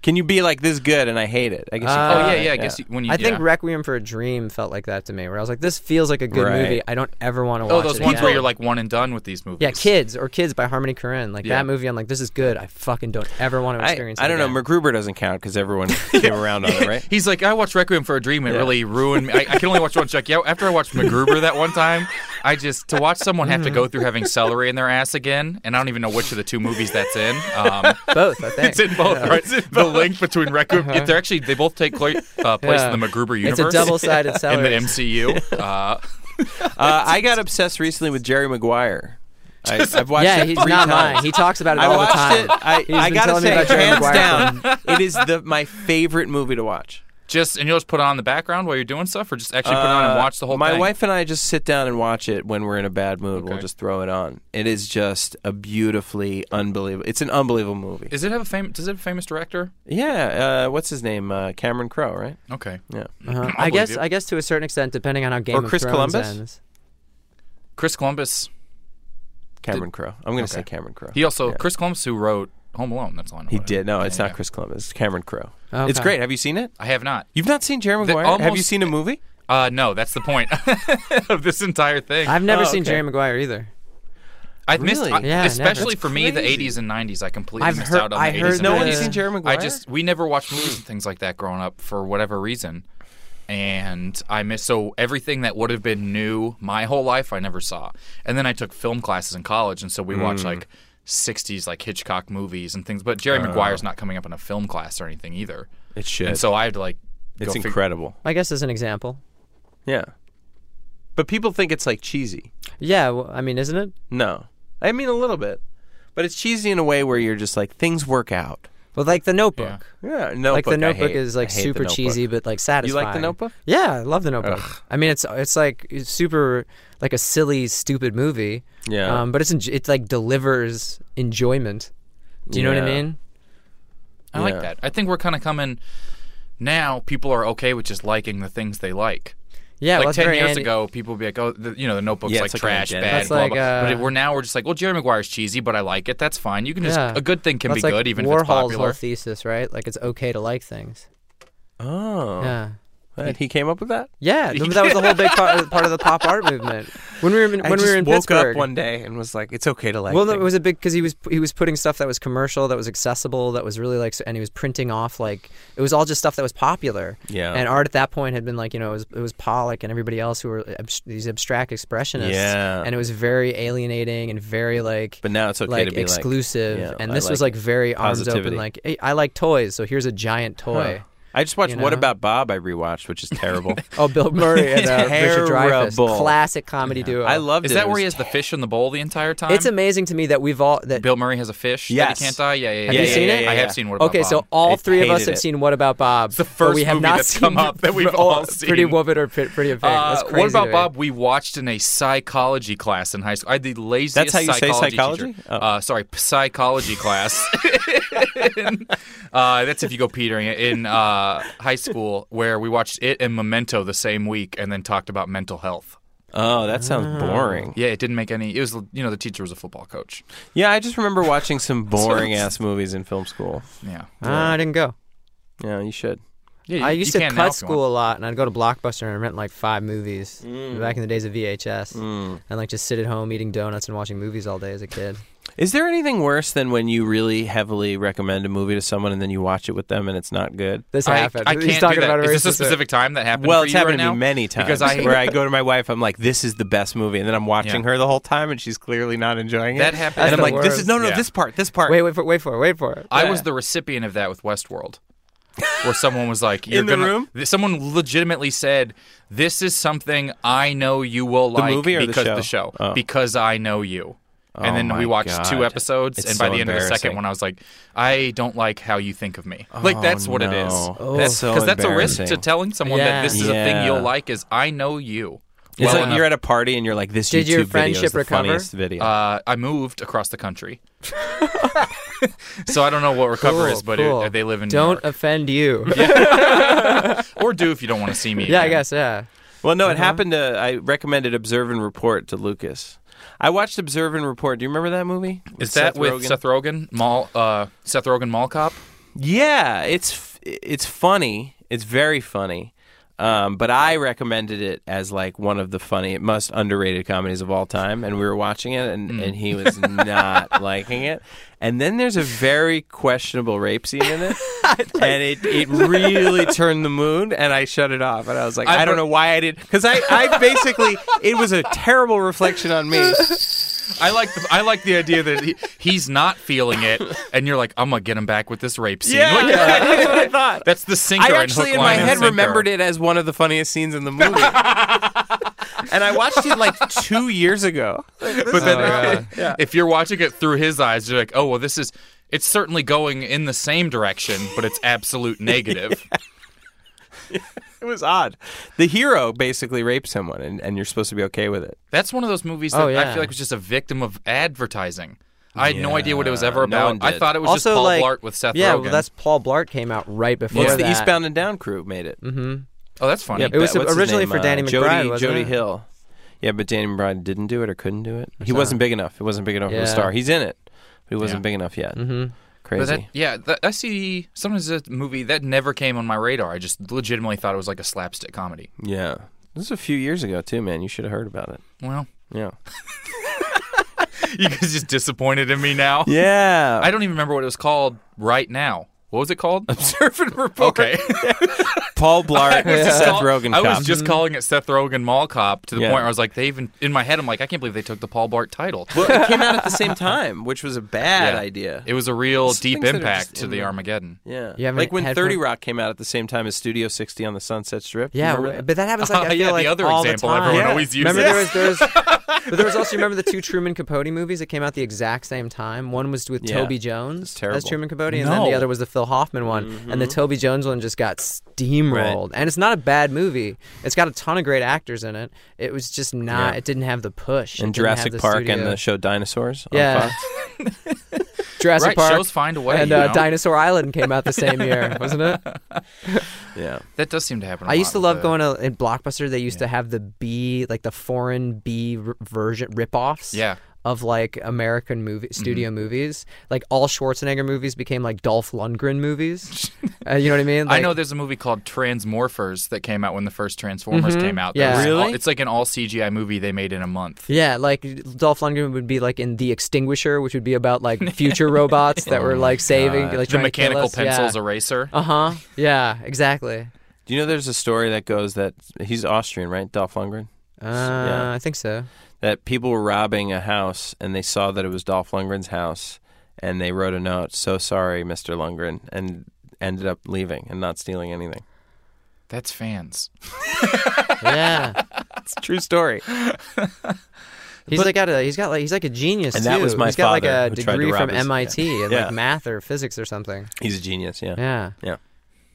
C: Can you be like this good and I hate it? I guess.
D: Uh,
C: you
A: Oh
C: can.
A: yeah, yeah. I guess you, when you
D: I think
A: yeah.
D: Requiem for a Dream felt like that to me, where I was like, "This feels like a good
C: Right.
D: movie. I don't ever want to
A: oh
D: watch
A: those
D: it."
A: ones
D: again."
A: where you're like one and done with these movies.
D: "Yeah, Kids" or "Kids" by Harmony Korine. Like
A: Yeah.
D: that movie, I'm like, "This is good. I fucking don't ever want to
C: I,
D: experience."
C: I
D: it
C: don't know.
D: again.
C: MacGruber doesn't count because everyone came around on it, right?
A: He's like, I watched Requiem for a Dream. It really ruined me. I, I can only watch one check. Yeah, after I watched MacGruber that one time, I just to watch someone have to go through having celery in their ass again, and I don't even know which of the two movies that's in. Um,
D: Both, I think.
A: it's in both, right? The link between Requiem. They're actually they both take cla- uh, place
D: Uh-huh. Yeah.
A: in the MacGruber universe.
D: It's a double-sided
A: in the
D: celery.
A: MCU. Uh,
C: Uh, I got obsessed recently with Jerry Maguire. I, I've watched
D: yeah,
C: it
D: he's
C: three
D: not
C: times.
D: mine. He talks about it
C: I
D: all
C: watched
D: the time.
C: it. I,
D: He's
C: I
D: been
C: gotta
D: telling me
C: say,
D: about Jerry
C: hands
D: Maguire
C: down, it is the my favorite movie to watch.
A: just and you'll just put it on in the background while you're doing stuff, or just actually put it on and
C: Uh,
A: watch the whole.
C: My
A: thing?
C: wife and I just sit down and watch it when we're in a bad mood. We'll
A: Okay.
C: just throw it on. It is just a beautifully unbelievable. It's an unbelievable movie.
A: Is it have a fam- Does it have a famous director?
C: yeah, uh, what's his name? Uh, Cameron Crowe, right?
A: Okay,
C: Yeah.
D: Uh-huh. I guess,
A: you.
D: I guess to a certain extent, depending on how Game
C: Or
D: of
C: Chris
D: Thrones
C: Columbus?
D: ends.
A: Chris Columbus.
C: Cameron Crowe. I'm going to say
A: Okay.
C: Cameron Crowe.
A: He also
C: Yeah.
A: Chris Columbus who wrote Home Alone. That's all I know.
C: He
A: about it.
C: did. No, it's
A: Yeah,
C: not
A: yeah.
C: Chris Columbus. It's Cameron Crowe. It's
D: Okay.
C: great. Have you seen it?
A: I have not.
C: You've not seen Jerry Maguire? Have you
A: almost-
C: seen a movie?
A: Uh, no, that's the point of this entire thing. I've,
D: I've never
C: Oh,
D: seen
C: okay.
D: Jerry Maguire either.
A: missed,
C: Really?
A: I-
D: Yeah, never.
A: especially
D: That's
A: for me, the
C: crazy.
A: '80s and '90s. I completely
D: I've
A: missed
D: heard-
A: out on
D: I
A: the
D: heard
A: '80s.
C: No
A: and
C: one's
D: that-
A: 90s.
C: seen Jerry Maguire.
A: I just we never watched movies and things like that growing up for whatever reason, and I missed so everything that would have been new my whole life I never saw. And then I took film classes in college, and so we
C: Mm.
A: watched like. 60s like Hitchcock movies and things, but
C: Oh.
A: Jerry Maguire's not coming up in a film class or anything either.
C: It should.
A: And so I had to like, go
C: it's
A: fig-
C: incredible.
D: I guess as an example.
C: Yeah. But people think it's like cheesy.
D: Yeah, well, I mean, isn't it?
C: No. I mean a little bit. But it's cheesy in a way where you're just like things work out.
D: Well, like The Notebook.
A: Yeah.
C: Yeah, notebook.
D: like the
C: I
D: notebook
C: hate.
D: is like
C: I hate
D: super
C: The Notebook.
D: cheesy but like satisfying.
C: Notebook?
D: Yeah, I love the notebook. I mean, it's it's like it's super like a silly, stupid movie.
C: Yeah.
D: Um, but it's en- it's like delivers enjoyment. Do you know what I
C: Yeah.
D: mean?
A: I like
C: Yeah.
A: that. I think we're kind of coming now. People are okay with just liking the things they like. like
D: Yeah, well, that's
A: ten
D: very
A: years
D: Andy-
A: ago, people would be like, "Oh, the, you know, the Notebook's
C: Yeah,
A: like
C: it's like
A: trash,
C: Armageddon.
A: bad."
D: That's
A: blah,
D: like,
A: blah. but
D: uh,
A: it- we're now we're just like, "Well, Jerry Maguire's cheesy, but I like it. That's fine. You can just
D: Yeah.
A: a good thing can
D: That's
A: be
D: like
A: good even
D: Warhol's
A: if it's popular."
D: whole thesis, right? Like it's okay to like things.
C: Oh,
D: Yeah.
C: What, he came up with that.
D: Yeah, th- that was the whole big part, part of the pop art movement. When we were in,
C: I
D: when we
C: just
D: were in
C: woke
D: Pittsburgh,
C: up one day and was like, "It's okay to like."
D: well, no,
C: things.
D: it was a big because he was he was putting stuff that was commercial, that was accessible, that was really like, s- and he was printing off like it was all just stuff that was popular.
C: Yeah.
D: And art at that point had been like you know it was it was Pollock and everybody else who were abs- these abstract expressionists.
C: Yeah.
D: And it was very alienating and very like.
C: but now it's okay
D: like
C: to be
D: exclusive,
C: yeah,
D: and
C: I
D: this was
C: like
D: like very arms
C: positivity.
D: open. Like, hey, I like toys, so here's a giant toy.
C: Huh. I just watched
D: you know?
C: What About Bob? I rewatched, which is terrible.
D: Oh, Bill Murray and uh, Richard Dreyfuss,
C: Terrible.
D: classic comedy duo.
C: I
A: Oh.
C: loved
A: Is
C: it.
A: that
C: It
A: where
C: was
A: he has the fish in the bowl the entire time?
D: It's amazing to me that we've all that.
A: Bill Murray has a fish
C: Yes.
A: that he can't die. Yeah, yeah, yeah.
D: Have you
A: yeah,
D: seen
A: yeah,
D: it?
A: yeah, I
C: Yeah.
A: have seen What About
D: okay, so
A: Bob.
D: all
C: I
D: three of us
C: hated
D: have
C: it.
D: seen What About Bob?
A: the
D: but
A: first
D: we have
A: movie
D: not
A: that's
D: seen
A: come up that we've all
D: Pretty
A: seen.
D: Woman or Pretty, pretty Vain. That's
A: Uh,
D: crazy.
A: what
D: to
A: about
D: me.
A: Bob? We watched in a psychology class in high school. I had the laziest.
C: That's how you say
A: psychology
C: psychology?
A: teacher.
C: Oh.
A: Uh, sorry, psychology class. uh, that's if you go petering it in uh, high school, where we watched it and Memento the same week, and then talked about mental health.
C: Oh, that
A: Ah.
C: sounds boring.
A: Yeah, it didn't make any. It was you know the teacher was a football coach.
C: Yeah, I just remember watching some boring ass movies in film school.
A: Yeah,
D: Ah, I didn't go.
C: Yeah, you should.
A: yeah.
D: I
A: you-
D: used
A: you
D: to
A: can now
D: cut
A: if you want.
D: school a lot, and I'd go to Blockbuster and rent like five movies
A: Mm.
D: back in the days of VHS, and like just sit at home eating donuts and watching movies all day as a kid.
C: Is there anything worse than when you really heavily recommend a movie to someone and then you watch it with them and it's not good?
D: This
A: I,
D: happened.
A: I
D: He's
A: can't
D: talking
A: do that.
D: about
A: Is
D: very
A: this a specific time that happened?
C: Well,
A: for
C: it's
A: you right
C: happened to
A: now?
C: me many times
A: because I
C: where I go to my wife, I'm like, "This is the best movie," and then I'm watching
A: Yeah.
C: her the whole time, and she's clearly not enjoying it.
A: That happened
C: and
D: to
C: I'm
D: me.
C: like, "This
D: Worst.
C: is no, no,
A: Yeah.
C: this part, this part."
D: Wait, wait for, wait for it, wait for it.
A: I was the recipient of that with Westworld, where someone was like, "You're
C: In the
A: gonna."
C: room?
A: th- Someone legitimately said, "This is something I know you will like
C: movie or the
A: because
C: show? Oh.
A: because I know you." And
C: Oh
A: then
C: my
A: we watched
C: God.
A: two episodes,
C: It's
A: and by
C: so
A: the end of the
C: embarrassing.
A: second one, I was like, "I don't like how you think of me." like
C: Oh,
A: that's what it is.
C: no. Oh.
A: That's
C: So
A: that's a risk to
C: embarrassing.
A: telling someone
D: Yeah.
A: that this is a
C: Yeah.
A: thing you'll like. Is I know you.
C: It's
A: well
C: like
A: enough."
C: you're at a party and you're like, "This
D: Did
C: YouTube
D: your
C: video is
D: friendship
C: the
D: recover?
C: funniest video."
A: Uh, I moved across the country. so I don't know what recover
D: Cool,
A: is, but
D: cool.
A: it, they live in New
D: Don't
A: York.
D: offend you.
A: or do if you don't want to see me.
D: yeah, I
A: again.
D: guess. Yeah.
C: well, no, it happened to. I recommended Observe and Report to Lucas. I watched Observe and Report. Do you remember that movie?
A: Is that
C: Seth
A: with
C: Rogen?
A: Seth Rogen, mall, uh, Seth Rogen mall cop?
C: Yeah, it's f- it's funny. It's very funny. Um, but I recommended it as like one of the funny, most underrated comedies of all time, and we were watching it, and, and he was not liking it. And then there's a very questionable rape scene in it, and it, it really turned the mood, and I shut it off, and I was like, I,
A: I've
C: don't
A: heard-
C: know why I did, because I, I basically it was a terrible reflection on me.
A: I like the I like the idea that he, he's not feeling it, and you're like, I'm gonna get him back with this rape scene. Like,
C: that's what I thought.
A: that's the sinker.
C: I actually,
A: and hook,
C: in my
A: line, and
C: head,
A: sinker.
C: remembered it as one of the funniest scenes in the movie. and I watched it like two years ago.
A: But
D: Oh,
A: then, if you're watching it through his eyes, you're like, oh well, this is. It's certainly going in the same direction, but it's absolute negative.
C: It was odd. The hero basically rapes someone, and, and you're supposed to be okay with it.
A: That's one of those movies that
D: Oh, yeah.
A: I feel like was just a victim of advertising. I had no idea what it was ever
C: no one
A: about. I
C: did.
A: thought it was
D: also,
A: just Paul
D: like
A: Blart with Seth
D: yeah,
A: Rogen.
D: well, that's Paul Blart came out right before
C: It's
D: that. Mm-hmm.
C: the Eastbound and Down crew made it.
A: oh, that's funny.
C: Yeah,
D: It was
C: but what's his
D: originally
C: name?
D: for Danny
C: Uh,
D: McBride,
C: Jody,
D: wasn't
C: Jody
D: it?
C: Hill. Yeah, but Danny McBride didn't do it or couldn't do it. He wasn't big enough. It wasn't big enough of
D: Yeah.
C: a star. He's in it, but he wasn't
A: Yeah.
C: big enough yet.
D: Mhm.
C: Crazy.
A: But that, yeah, that, I see. Sometimes a movie that never came on my radar. I just legitimately thought it was like a slapstick comedy.
C: yeah. This is a few years ago too, man. You should have heard about it.
A: Well,
C: Yeah.
A: you guys just disappointed in me now.
C: Yeah.
A: I don't even remember what it was called right now. What was it called?
C: Observe and report.
A: Okay,
C: Paul Blart,
A: I was just
C: Seth
A: call-
C: Rogen.
A: I was
C: cop.
A: just calling it Seth Rogen Mall Cop to the
C: Yeah.
A: point where I was like, they even in my head, I'm like, I can't believe they took the Paul Blart title.
C: well, it came out at the same time, which was a bad
A: Yeah.
C: idea.
A: It was a real
C: Some
A: deep
C: things that are
A: impact
C: just
A: to
C: in
A: the
C: there.
A: Armageddon.
C: yeah,
D: You haven't
C: like when
D: had
C: Thirty
D: fun-
C: Rock came out at the same time as Studio 60 on the Sunset Strip. You
D: Yeah,
C: remember
D: w-
C: that?
D: but that happens like I feel
A: yeah,
D: like
A: the other
D: all
A: example
D: the time.
A: everyone
C: Yeah.
A: always uses.
D: Remember there was there was, but there was also remember the two Truman Capote movies that came out the exact same time. One was with
C: Yeah.
D: Toby Jones
C: It's terrible.
D: as Truman Capote, and then the
A: No. Mm-hmm.
D: other was the Phil Hoffman one. And the Toby Jones one just got steamrolled. And it's not a bad movie. It's got a ton of great actors in it. It was just not.
C: Yeah.
D: It didn't have the push. It
C: and
D: didn't have
C: Jurassic
D: the
C: Park
D: studio.
C: and the show Dinosaurs. on
D: Yeah.
C: Fox.
F: Jurassic
A: Right,
F: Park
A: shows find a way.
F: and
A: you
F: uh,
A: know?
F: Dinosaur Island came out the same year, wasn't it?
C: Yeah.
A: that does seem to happen. I
D: I used to love going to in Blockbuster. They used to have the B, like the foreign B r- version ripoffs.
A: Yeah. Mm-hmm.
D: Of like American movie studio movies, like all Schwarzenegger movies became like Dolph Lundgren movies. uh, you know what I mean?
A: I
D: Like-
A: know there's a movie called Transmorphers that came out when the first Transformers came out.
D: Mm-hmm. Yeah.
A: That was an all-
C: Really?
A: it's like an all CGI movie they made in a month.
D: Yeah, like Dolph Lundgren would be like in The Extinguisher, which would be about like future robots that were like saving, like
A: Oh the mechanical pencils eraser.
D: Uh huh. Yeah, exactly.
C: Do you know there's a story that goes that he's Austrian, right? Dolph Lundgren.
D: Uh, I think so.
C: That people were robbing a house and they saw that it was Dolph Lundgren's house and they wrote a note, "So sorry, Mr. Lundgren," and ended up leaving and not stealing anything.
A: That's fans.
D: Yeah,
C: It's a true story.
D: he's like got a he's got like he's like a genius.
C: And that
D: too.
C: was my
D: He's got like
C: father
D: a
C: who tried to
D: degree
C: rob
D: from
C: his-
D: MIT, in
C: Yeah.
D: like math or physics or something.
C: He's a genius, yeah.
D: Yeah,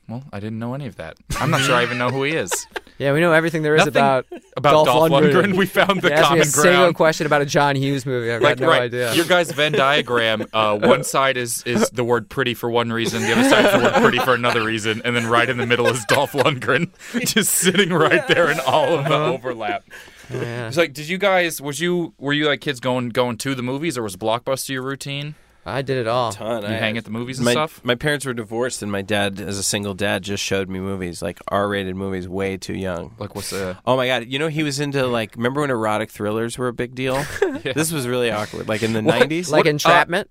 A: Well, I didn't know any of that. I'm not sure I even know who he is.
D: yeah. We know everything there is
A: Nothing
D: about
A: About Dolph, Lundgren, we found the
D: You asked me a
A: common
D: single
A: ground.
D: question about a John Hughes movie. I've
A: Like
D: got no
A: right,
D: idea.
A: your guys' Venn diagram. Uh, one side is is the word pretty for one reason, the other side is the word pretty for another reason, and then right in the middle is Dolph Lundgren, just sitting right there in all of the
D: Uh-huh.
A: overlap.
D: yeah.
A: It's like, did you guys? Was you were you like kids going going to the movies, or was Blockbuster your routine?
D: I did it all.
C: Ton.
A: You
C: I-
A: hang at the movies and
C: my,
A: stuff.
C: My parents were divorced, and my dad, as a single dad, just showed me movies like R-rated movies, way too young.
A: Like, what's a
C: Oh my god! You know he was into like. Remember when erotic thrillers were a big deal? This was really awkward. Like in the nineties,
A: uh,
D: Like entrapment.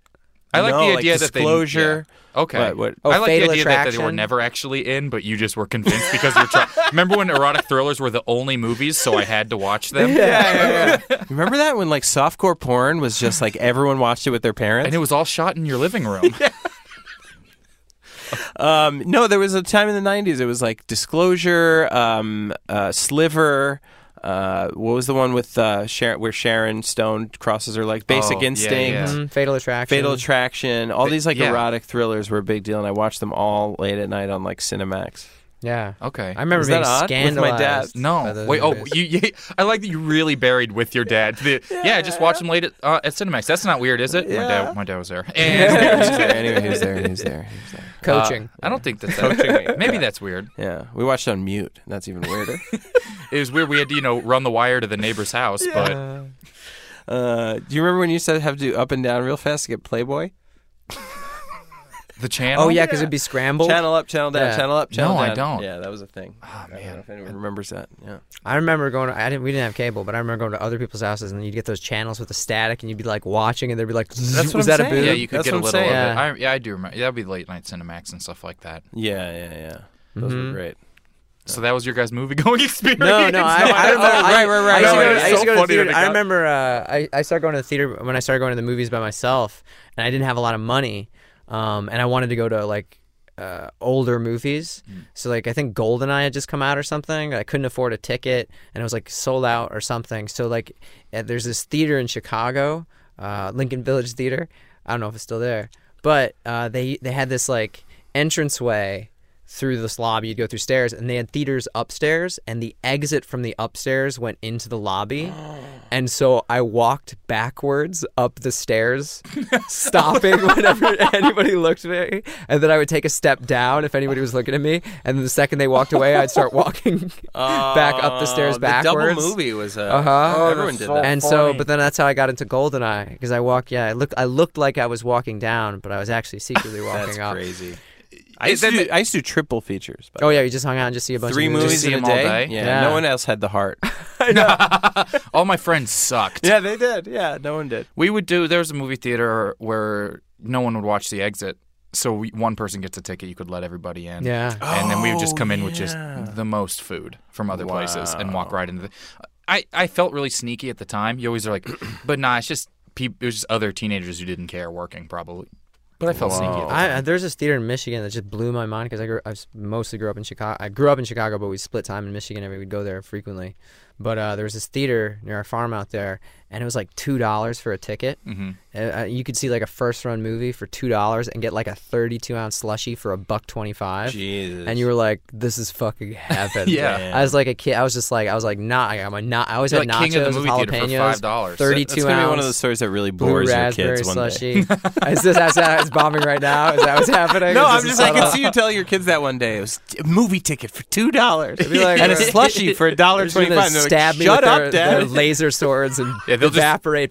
A: I like
C: No,
A: the
C: like
A: idea that
C: Disclosure.
A: They, yeah. Okay.
C: What- what-
D: Oh,
A: I like
D: Fatal
A: the idea that they were
D: Attraction.
A: never actually in, but you just were convinced because you're trying. Remember when erotic thrillers were the only movies, so I had to watch them?
C: remember that when like softcore porn was just like everyone watched it with their parents.
A: And it was all shot in your living room.
C: Um, no, there was a time in the '90s. It was like Disclosure, um, uh, Sliver. Uh, what was the one with uh, Sharon, where Sharon Stone crosses her like Basic
A: Oh, yeah,
C: Instinct,
A: yeah.
D: Mm, Fatal Attraction.
C: Fatal Attraction? All these like
A: yeah.
C: erotic thrillers were a big deal, and I watched them all late at night on like Cinemax.
D: Yeah.
A: Okay.
D: I remember
C: Is that
D: being
C: odd? With my dad?
D: scandalized. by
A: no.
D: those
A: Wait. Oh,
D: movies.
A: you, you. I like that you really buried with your dad. The, yeah. Just watch him late at, uh, at Cinemax. That's not weird, is it? My dad. My dad was there. And,
C: he was there. Anyway, he was there. He was there. He was there.
A: uh,
D: coaching.
A: I don't think that's that. Maybe that's weird.
C: Yeah, we watched on mute. That's even weirder.
A: It was weird. We had to, you know, run the wire to the neighbor's house, but
D: Oh,
C: uh, do you remember when you said have to do up and down real fast to get Playboy?
A: the channel.
D: oh yeah, because it'd be scrambled.
C: Channel up, channel down,
D: Yeah.
C: channel up, channel
A: No, I
C: down.
A: don't.
C: Yeah, that was a thing. Oh man, I don't know if anyone remembers that. Yeah.
D: I remember going. To, I didn't. We didn't have cable, but I remember going to other people's houses, and you'd get those channels with the static, and you'd be like watching, and they'd be like, "Was
C: what I'm
D: that a
C: saying.
D: boob?"
A: Yeah, you could
C: That's
A: get a
C: what
A: little
C: I'm
A: of it.
D: saying.
A: I, yeah, I do remember. That'd be late night Cinemax and stuff like that.
C: Yeah, yeah, yeah. Those were great.
A: So that was your guys' movie going experience.
D: No, no, I, I remember. I,
C: right, right,
D: I
C: right.
A: No, it's
D: used to go to- I used
A: so
D: to go to
A: funny that
D: theater.
A: it
D: I
A: got-
D: remember. Uh, I I started going to the theater when I started going to the movies by myself, and I didn't have a lot of money, um, and I wanted to go to like. Uh, older movies, so like I think Goldeneye had just come out or something. I couldn't afford a ticket, and it was like sold out or something. So like, uh, there's this theater in Chicago, uh, Lincoln Village Theater. I don't know if it's still there, but uh, they they had this like entranceway through this lobby. You'd go through stairs, and they had theaters upstairs, and the exit from the upstairs went into the lobby. And so I walked backwards up the stairs, stopping whenever anybody looked at me. And then I would take a step down if anybody was looking at me. And then the second they walked away, I'd start walking
C: Oh,
D: back up the stairs
C: The
D: backwards.
C: double movie was a.
D: Uh-huh. Oh,
C: Everyone did that.
D: And so, but then that's how I got into Goldeneye because I walked. Yeah, I looked. I looked like I was walking down, but I was actually secretly walking
C: That's
D: up.
C: crazy. I used, to do, I used to do triple features. But
D: Oh yeah, you just hung out and just see a bunch
C: three
D: of
C: movies
A: see
C: in a
A: them all
C: day.
A: day?
C: Yeah,
D: Yeah.
C: No one else had the heart.
A: All my friends sucked.
C: yeah, they did. Yeah, no one did.
A: We would do. There was a movie theater where no one would watch the exit, so we, one person gets a ticket. You could let everybody in.
D: Yeah.
A: And then we would just come in with
D: Oh,
A: just the most food from other places and walk right into the. I, I felt really sneaky at the time. You always are like, but nah, it's just peop it was just other teenagers who didn't care working probably. But I felt sneaky. At the time.
D: I, I- there's this theater in Michigan that just blew my mind because I grew I s- mostly grew up in Chicago. I grew up in Chicago, but we split time in Michigan and we would go there frequently. But uh, there was this theater near our farm out there, and it was like two dollars for a ticket. Mm-hmm. Uh, you could see like a first run movie for two dollars and get like a thirty two ounce slushy for a buck twenty five.
C: Jesus.
D: And you were like, "This is fucking heaven."
A: Yeah.
D: I was like a kid. I was just like, I was like, "Not." I got my not. I always
A: You're
D: had
A: like king of
D: nachos,
A: the
D: with
A: movie theater for
D: jalapenos,
A: $5.
D: Thirty
C: That's
D: two
C: gonna
D: ounce
C: be one of those stories that really
D: blue
C: bores your
D: raspberry
C: kids one day.
D: slushy. is this that's, that's bombing right now? Is that what's happening?
C: No,
D: Is
C: I'm
D: this
C: just.
D: a
C: I can
D: subtle-
C: see you telling your kids that one day. It was a movie ticket for two dollars
D: like,
C: and a
D: uh,
C: slushie for a
D: They're
C: dollar
D: just gonna
C: twenty-five. And they're like,
D: stab me
C: Shut
D: with
C: up,
D: their,
C: Dad.
D: their laser swords and
A: Yeah, they'll
D: evaporate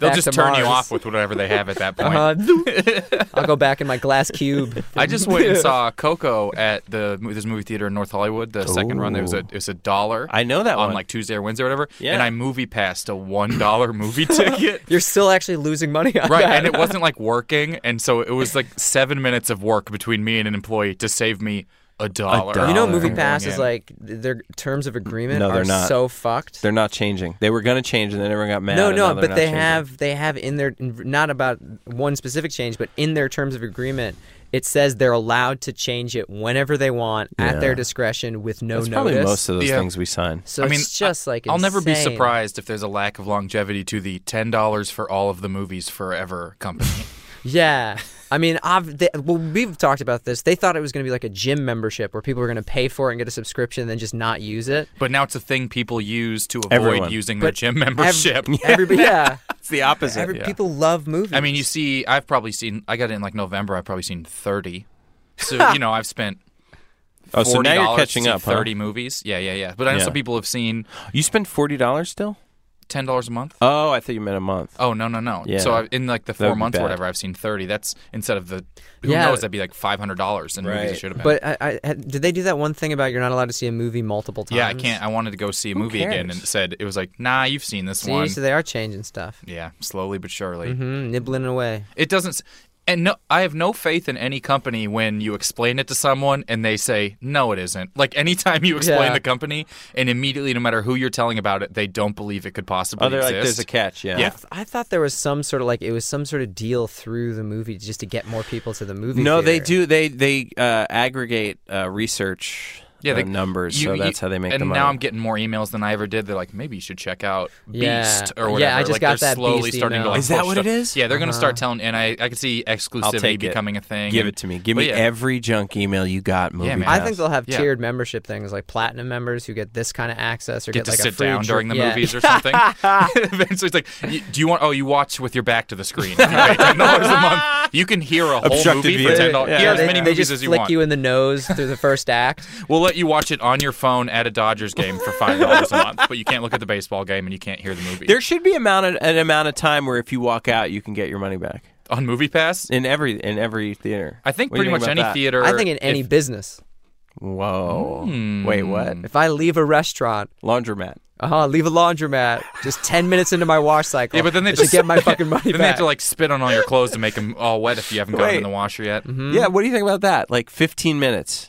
A: just they'll
D: back
A: just
D: to
A: turn you
D: Mars.
A: off with whatever they have at that point.
D: Uh-huh. I'll go back in my glass cube.
A: I just went and saw Coco at the this movie theater in North Hollywood. The second run there was a it was a dollar.
C: I know that
A: on
C: one.
A: like Tuesday or Wednesday or whatever.
C: Yeah.
A: And I movie passed a one dollar movie ticket.
D: You're still actually losing money on
A: Right,
D: that.
A: and it wasn't like working, and so it was like seven minutes of work between me and an employee to save me a dollar.
C: dollar.
D: You know,
C: Oh,
D: Movie
A: Going
D: Pass is
A: in.
D: like th- their terms of agreement
C: No, they're
D: are
C: not.
D: so fucked.
C: They're not changing. They were gonna change, and then everyone got mad.
D: no,
C: and now
D: no,
C: they're
D: but
C: not
D: they
C: changing.
D: have they have in their not about one specific change, but in their terms of agreement, it says they're allowed to change it whenever they want at their discretion with no
C: That's
D: notice.
C: probably most of those
A: Yeah.
C: things we sign.
D: so
A: I mean,
D: it's just like
A: I'll never be
D: insane.
A: surprised if there's a lack of longevity to the ten dollars for all of the movies forever company.
D: Yeah. I mean, I've, they, well, we've talked about this. They thought it was going to be like a gym membership where people were going to pay for it and get a subscription and then just not use it.
A: but now it's a thing people use to avoid
C: Everyone.
A: using their
D: But
A: gym
D: Ev-
A: membership.
D: Everybody, yeah.
C: It's the opposite.
D: Every,
A: Yeah.
D: People love movies.
A: I mean, you see, I've probably seen. I got it in like November. I've probably seen thirty. So you know, I've spent.
C: oh, so now you're
A: $40 to
C: catching
A: see
C: up. huh?
A: Thirty movies. Yeah, yeah, yeah. But I know
C: Yeah.
A: some people have seen
C: You spend forty dollars still?
A: ten dollars a month.
C: Oh, I thought you meant a month.
A: Oh no, no, no.
C: Yeah.
A: So I, in like the
C: That would
A: four
C: be
A: months or
C: bad.
A: whatever, I've seen thirty. That's instead of the who
D: Yeah.
A: knows that'd be like five hundred dollars in movies
C: Right.
A: it should have been.
D: But I, I, had- did they do that one thing about you're not allowed to see a movie multiple times?
A: yeah, I can't. I wanted to go see a movie again, and
C: cares?
A: it said it was like, nah, you've seen this
D: See,
A: one.
D: so they are changing stuff.
A: yeah, slowly but surely.
C: Mm-hmm.
D: Mm, nibbling away.
A: It doesn't. s- And no, I have no faith in any company when you explain it to someone and they say, no, it isn't. Like anytime you explain
D: Yeah.
A: the company, and immediately, no matter who you're telling about it, they don't believe it could possibly
C: Oh, they're like,
A: exist.
C: there's a catch. Yeah.
A: Yeah.
D: I thought there was some sort of like it was some sort of deal through the movie just to get more people to the movie.
C: No, they
D: theater.
C: do. They they uh, aggregate uh, research
A: yeah,
C: uh,
A: they-
C: numbers,
A: you-
C: so
A: you-
C: that's how they make
A: And
C: the money.
A: now I'm getting more emails than I ever did. They're like, maybe you should check out Beast
D: Yeah.
A: or whatever.
D: Yeah, I just
A: like,
D: got
A: they're
D: that
A: slowly
D: Beast
A: starting to
D: email. Uh-huh.
A: like.
C: Is that
A: push
C: what it
A: stuff.
C: is?
A: Yeah, they're gonna start telling, and I I can see
C: I'll
A: exclusivity
C: take it.
A: becoming a thing.
C: Give
A: and-
C: it to me. Give
A: but
C: me
A: yeah.
C: every junk email you got. Movie.
A: Yeah, man.
D: I
C: Pass.
D: think they'll have
A: Yeah.
D: tiered membership things like platinum members who get this kind of access or
A: Get
D: get,
A: to
D: like a
A: sit
D: free
A: down
D: dri-
A: during the
D: yeah.
A: movies or something. Eventually, it's like, you, do you want? Oh, you watch with your back to the screen. You pay ten dollars a month. You can hear a whole
C: Obstructed
A: movie for
C: view.
A: ten dollars.
C: Yeah,
A: Hear
D: Yeah,
A: as
D: they,
A: many
D: they
A: movies
D: just
A: as you
D: flick
A: want.
D: you in the nose through the first act.
A: We'll let you watch it on your phone at a Dodgers game for five dollars a month, but you can't look at the baseball game and you can't hear the movie
C: there should be amount of, an amount of time where if you walk out, you can get your money back
A: on Movie Pass.
C: in every in every theater.
A: I think
C: What do
A: pretty
C: you
A: much
C: about
A: any
C: that?
A: theater.
D: I think in any
A: if-
D: business,
C: Whoa.
A: Hmm.
C: Wait, what?
D: if I leave a restaurant,
C: Laundromat.
D: uh huh, leave a laundromat, just ten minutes into my wash cycle,
A: Yeah, but then they
D: I should
A: just-
D: get my fucking money
A: Then
D: back.
A: they have to like spit on all your clothes to make them all wet if you haven't got them
C: Wait. Mm-hmm.
A: in the washer yet.
C: Yeah. What do you think about that? Like 15 minutes.
A: Hmm.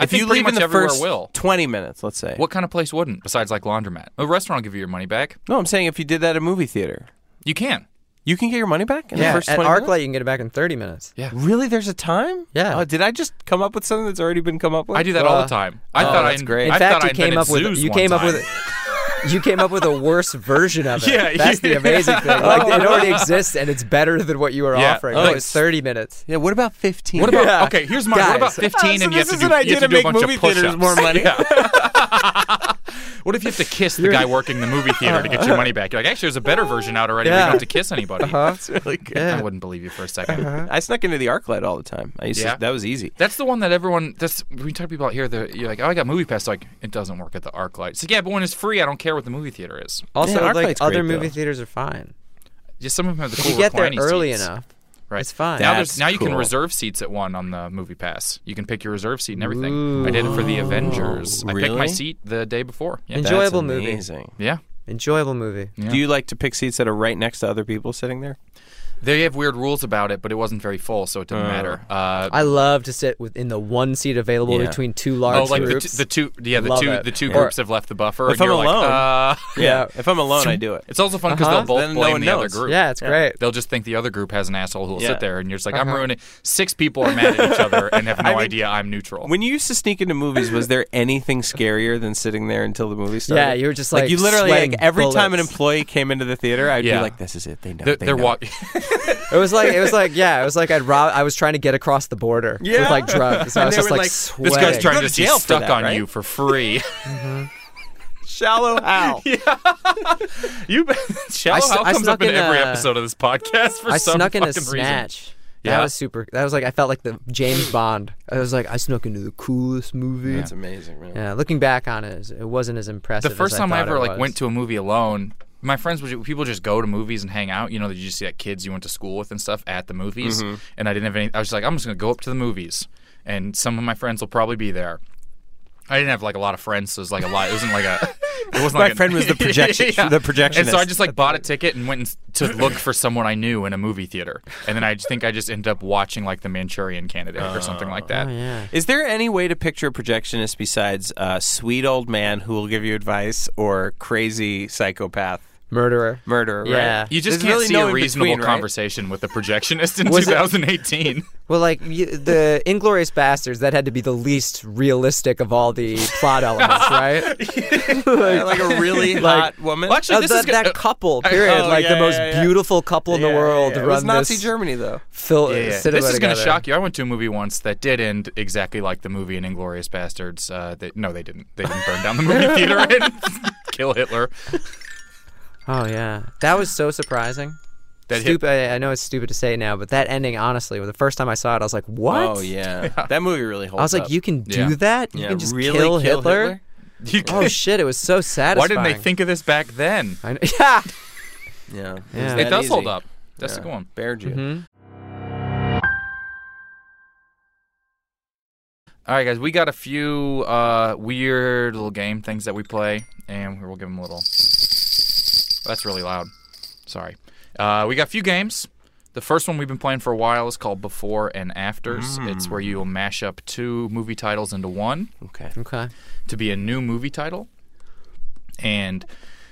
A: I
C: if
A: think
C: you
A: pretty
C: leave
A: much
C: in the
A: everywhere
C: first
A: will.
C: 20 minutes, let's say.
A: What kind of place wouldn't besides like laundromat? A restaurant will give you your money back.
C: No, I'm saying if you did that at a movie theater,
A: You can.
C: you can get your money back in
D: yeah,
C: the first
D: at
C: 20
D: ArcLight
C: minutes?
D: you can get it back in thirty minutes.
C: Really? There's a time?
D: Yeah.
C: Oh, did I just come up with something that's already been come up with?
A: I do that all
D: Uh,
A: the time. I thought I
C: that's great.
D: In
A: I
D: fact,
A: thought
D: you
A: I
D: came
A: invented
D: up with
A: zoos
D: you
A: one
D: came up
A: time.
D: with you came up with a worse version of it.
A: Yeah,
D: that's the
A: yeah. Oh.
D: amazing thing. Like it already exists and it's better than what you were
A: Yeah.
D: offering.
A: Oh,
D: Oh,
A: it's-
D: it's thirty minutes.
C: Yeah, what about 15?
A: What about
D: Yeah.
A: okay? Here's my what about
D: Guys.
C: Oh,
A: 15
C: so
A: and you have
C: this
A: to
C: is
A: do
C: an
A: you
C: idea
A: have to,
C: to
A: do a
C: make
A: bunch of
C: movie theaters
A: push-ups.
C: more money.
A: Yeah. what if you have to kiss the guy working the movie theater to get your money back? You're like, actually, there's a better version out already. We
D: Yeah.
A: don't have to kiss anybody.
C: That's really good.
A: I wouldn't believe you for a 2nd
C: I snuck into the ArcLight all the time. I used
A: Yeah.
C: to, that was easy.
A: That's the one that everyone. That's when you talk to people out here. they're- You're like, oh, I got movie pass. Like, it doesn't work at the ArcLight. So yeah, but when it's free, I don't care what the movie theater is.
D: Also,
C: ArcLight's
D: like
C: great,
D: other
C: though.
D: movie theaters are fine.
A: Just some of them have the
D: If
A: cool
D: you get there
A: reclining
D: early
A: seats.
D: enough,
A: Right.
D: it's fine.
A: Now
C: That's
A: there's now you can
C: cool.
A: reserve seats at one on the movie pass. You can pick your reserve seat and everything. I did it for the Avengers. I picked my
C: Really?
A: seat the day before. Yeah.
D: Enjoy- Enjoyable
C: That's
D: movie.
C: amazing.
A: yeah.
D: Enjoyable movie.
A: Yeah.
C: Do you like to pick seats that are right next to other people sitting there?
A: They have weird rules about it, but it wasn't very full, so it doesn't matter. Uh,
D: I love to sit within the one seat available
C: Yeah.
D: between two
A: oh,
D: large
A: like the, t-
D: groups.
A: the two, yeah, the
D: Love
A: two,
D: it.
A: the two
D: Yeah.
A: groups have left the buffer,
C: If
A: and you're
C: I'm alone.
A: like, uh,
C: Yeah. If I'm alone, I do it.
A: It's also fun because
D: Uh-huh.
A: they'll both
C: Then no
A: blame
C: one
A: the other
C: knows.
A: group.
D: yeah, it's great.
A: They'll just think the other group has an asshole who'll
C: Yeah.
A: sit there, and you're just like, I'm ruining. Six people are mad at each other and have no idea I'm neutral.
C: When you used to sneak into movies, was there anything scarier than sitting there until the movie started?
D: Yeah, you were just, like,
C: you literally like
D: sweating
C: every time an
D: bullets.
C: employee came into the theater, I'd
A: Yeah.
C: be like, "This is it. They know.
A: they're
C: they
A: they're
C: know.
A: walking.
D: It was like it was like yeah, it was like I'd rob. I was trying to get across the border with
C: Yeah.
D: like drugs. And I
C: And
D: was
C: they
D: just
C: were
D: like,
C: like, "This
D: sweating.
A: this guy's trying
C: Go
A: to
C: to
A: see
C: jail for
A: stuck
C: that,
A: on
C: right?
A: you for free.
C: Shallow Hal.
A: you shallow
D: I sn-
A: Hal
D: I
A: comes up
D: snuck
A: in,
D: in
A: every
D: a-
A: episode of this podcast for
D: I
A: some
D: snuck in a
A: fucking reason.
D: snatch.
A: Yeah.
D: That was super. That was like I felt like the James Bond. I was like I snuck into the coolest movie. Yeah,
C: That's amazing. Man.
D: looking back on it, it wasn't as impressive.
A: the first
D: as
A: time
D: I,
A: I,
D: thought
A: ever
D: it
A: like
D: was.
A: went to a movie alone, my friends would people just go to movies and hang out. You know, that you just see like kids you went to school with and stuff at the movies.
C: Mm-hmm.
A: And I didn't have any. I was just like, I'm just gonna go up to the movies, and some of my friends will probably be there. I didn't have like a lot of friends, so it was like a lot. It wasn't like a. It wasn't
C: My
A: like a-
C: friend was the projection- the
A: And so I
C: projectionist.
A: just like bought a ticket and went and, to look for someone I knew in a movie theater, and then I just think I just ended up watching like The Manchurian Candidate or something
C: Oh.
A: like that.
D: Yeah.
C: Is there any way to picture a projectionist besides a sweet old man who will give you advice or crazy psychopath
D: Murderer.
C: murderer?
D: Yeah.
C: right?
A: You just
C: There's
A: can't
C: really
A: see
C: no
A: a
C: in
A: reasonable
C: between, right?
A: conversation with a projectionist in
D: Was it-
A: 2018.
D: Well, like you, the Inglorious Bastards, that had to be the least realistic of all the plot elements, right?
C: Yeah, like a really hot woman.
A: Well, actually,
D: Uh,
A: this
D: that,
A: is good-
D: that couple, period,
C: oh,
D: like
C: yeah,
D: the most
C: yeah, yeah.
D: beautiful couple in the
C: Yeah,
D: world.
C: yeah, yeah.
D: Run
C: It was Nazi
D: this
C: Germany though.
D: Fil-
A: Yeah, yeah.
D: cinema
A: This is going to
D: together.
A: shock you. I went to a movie once that did end exactly like the movie in Inglorious Bastards. Uh, they, no, they didn't. They didn't burn down the movie theater and kill Hitler.
D: Oh yeah, that was so surprising.
A: That hit-
D: stupid. I, I know it's stupid to say now, but that ending, honestly, the first time I saw it, I was like, "What?"
C: Oh yeah. that movie really holds.
D: I was like,
C: up.
D: "You can do
A: Yeah.
D: that? You
C: Yeah,
D: can just
C: really
D: kill,
C: kill
D: Hitler?
C: Hitler?
A: You-
D: Oh shit! It was so
A: why
D: satisfying.
A: didn't they think of this back then?
D: I know- yeah.
C: Yeah,
D: Yeah.
A: It
C: that
A: does
C: easy.
A: hold up. That's
C: Yeah.
A: the good one.
C: Bear Jew.
D: Mhm.
A: All right, guys, we got a few uh, weird little game things that we play, and we'll give them a little. That's really loud. Sorry. Uh, we got a few games. The first one we've been playing for a while is called Before and Afters. It's where you mash up two movie titles into one
C: Okay.
D: Okay.
A: to be a new movie title. And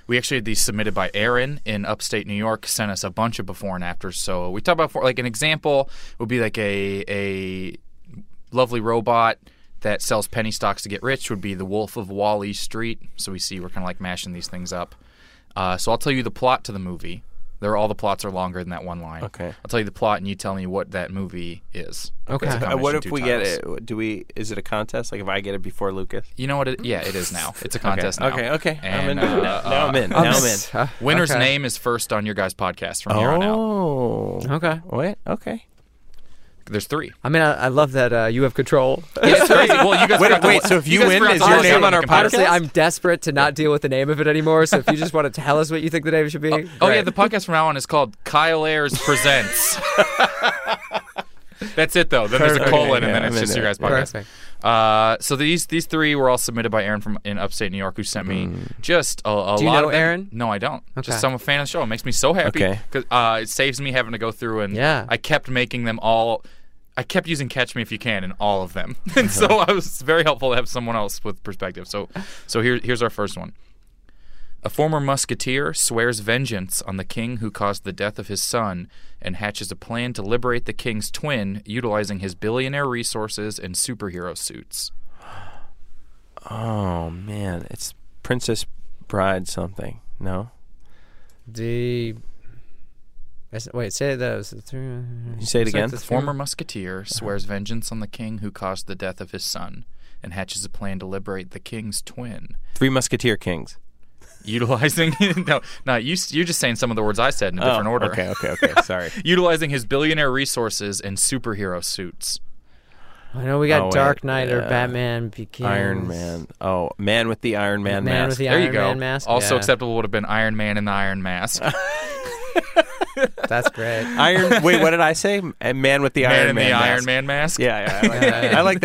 A: we actually had these submitted by Aaron in upstate New York, sent us a bunch of before and afters. So we talk about for, like an example would be like a a lovely robot that sells penny stocks to get rich would be the Wolf of Wall E Street. So we see we're kind of like mashing these things up. Uh, so I'll tell you the plot to the movie. There, all the plots are longer than that one line.
C: Okay.
A: I'll tell you the plot, and you tell me what that movie is.
D: Okay.
A: It's a
D: Uh,
C: Uh, what
A: combination of
C: if
A: two
C: we
A: titles.
C: get it? Do we? Is it a contest? Like if I get it before Lucas?
A: You know what? It, yeah, it is now. It's a contest now.
C: Mm. Okay. Okay. I'm in.
A: And,
C: now,
A: uh,
C: now I'm in. Now I'm in.
D: Uh,
A: Winner's
D: okay.
A: name is first on your guys' podcast from here on out.
C: Oh.
D: Okay.
C: Wait. Okay.
A: There's three.
D: I mean, I, I love that uh, you have control.
A: Yeah, it's crazy. Well, you guys
C: Wait,
A: forgot
C: wait,
A: the-
C: so if you
A: guys
C: win,
A: forgot
C: is
A: the
C: your
A: last
C: name
A: one
C: on
A: we
C: our
A: can compare.
D: Honestly, I'm desperate to not deal with the name of it anymore. So if you just want to tell us what you think the name should be,
A: Oh yeah, the podcast from now on is called Kyle Ayers Presents. That's it though. Then there's a
C: Perfect.
A: colon,
C: Okay,
A: and then
C: yeah,
A: it's
C: I'm
A: just
C: in
A: your
C: there.
A: guys' podcast.
D: perfect.
A: Uh, so these these three were all submitted by Aaron from in upstate New York, who sent me
C: Mm.
A: just a, a
D: Do you
A: lot
D: know
A: of them.
D: Aaron?
A: No, I don't.
D: Okay.
A: Just I'm a fan of the show. It makes me so happy
C: Okay.
A: because uh, it saves me having to go through and
D: Yeah.
A: I kept making them all. I kept using "Catch Me If You Can" in all of them, and so I was very helpful to have someone else with perspective. So, so here, here's our first one. A former musketeer swears vengeance on the king who caused the death of his son and hatches a plan to liberate the king's twin utilizing his billionaire resources and superhero suits.
C: Oh man, it's Princess Bride something. No.
D: The That's- wait, say those.
C: You say it
D: It's like
C: again.
D: this-
A: Former musketeer swears vengeance on the king who caused the death of his son and hatches a plan to liberate the king's twin
C: Three Musketeer Kings.
A: utilizing No, no, you you're just saying some of the words I said in a different
C: Oh,
A: order.
C: Okay. Okay. Okay. Sorry.
A: Utilizing his billionaire resources and superhero suits.
D: I know we got
C: Oh, wait,
D: Dark Knight or
C: yeah.
D: Batman Begins.
C: Iron Man. Oh, man with the Iron Man,
D: Man
C: mask.
D: with the
A: there
D: Iron
A: you go.
D: Man mask.
A: also
D: yeah,
A: acceptable would have been Iron Man and the Iron Mask.
D: That's great.
C: Iron. Wait, what did I say? M- eh, Man with the
A: Man
C: Iron
A: in
C: Man.
A: the
C: mask.
A: Iron Man Oh. mask.
C: Yeah, yeah, I like, that. I like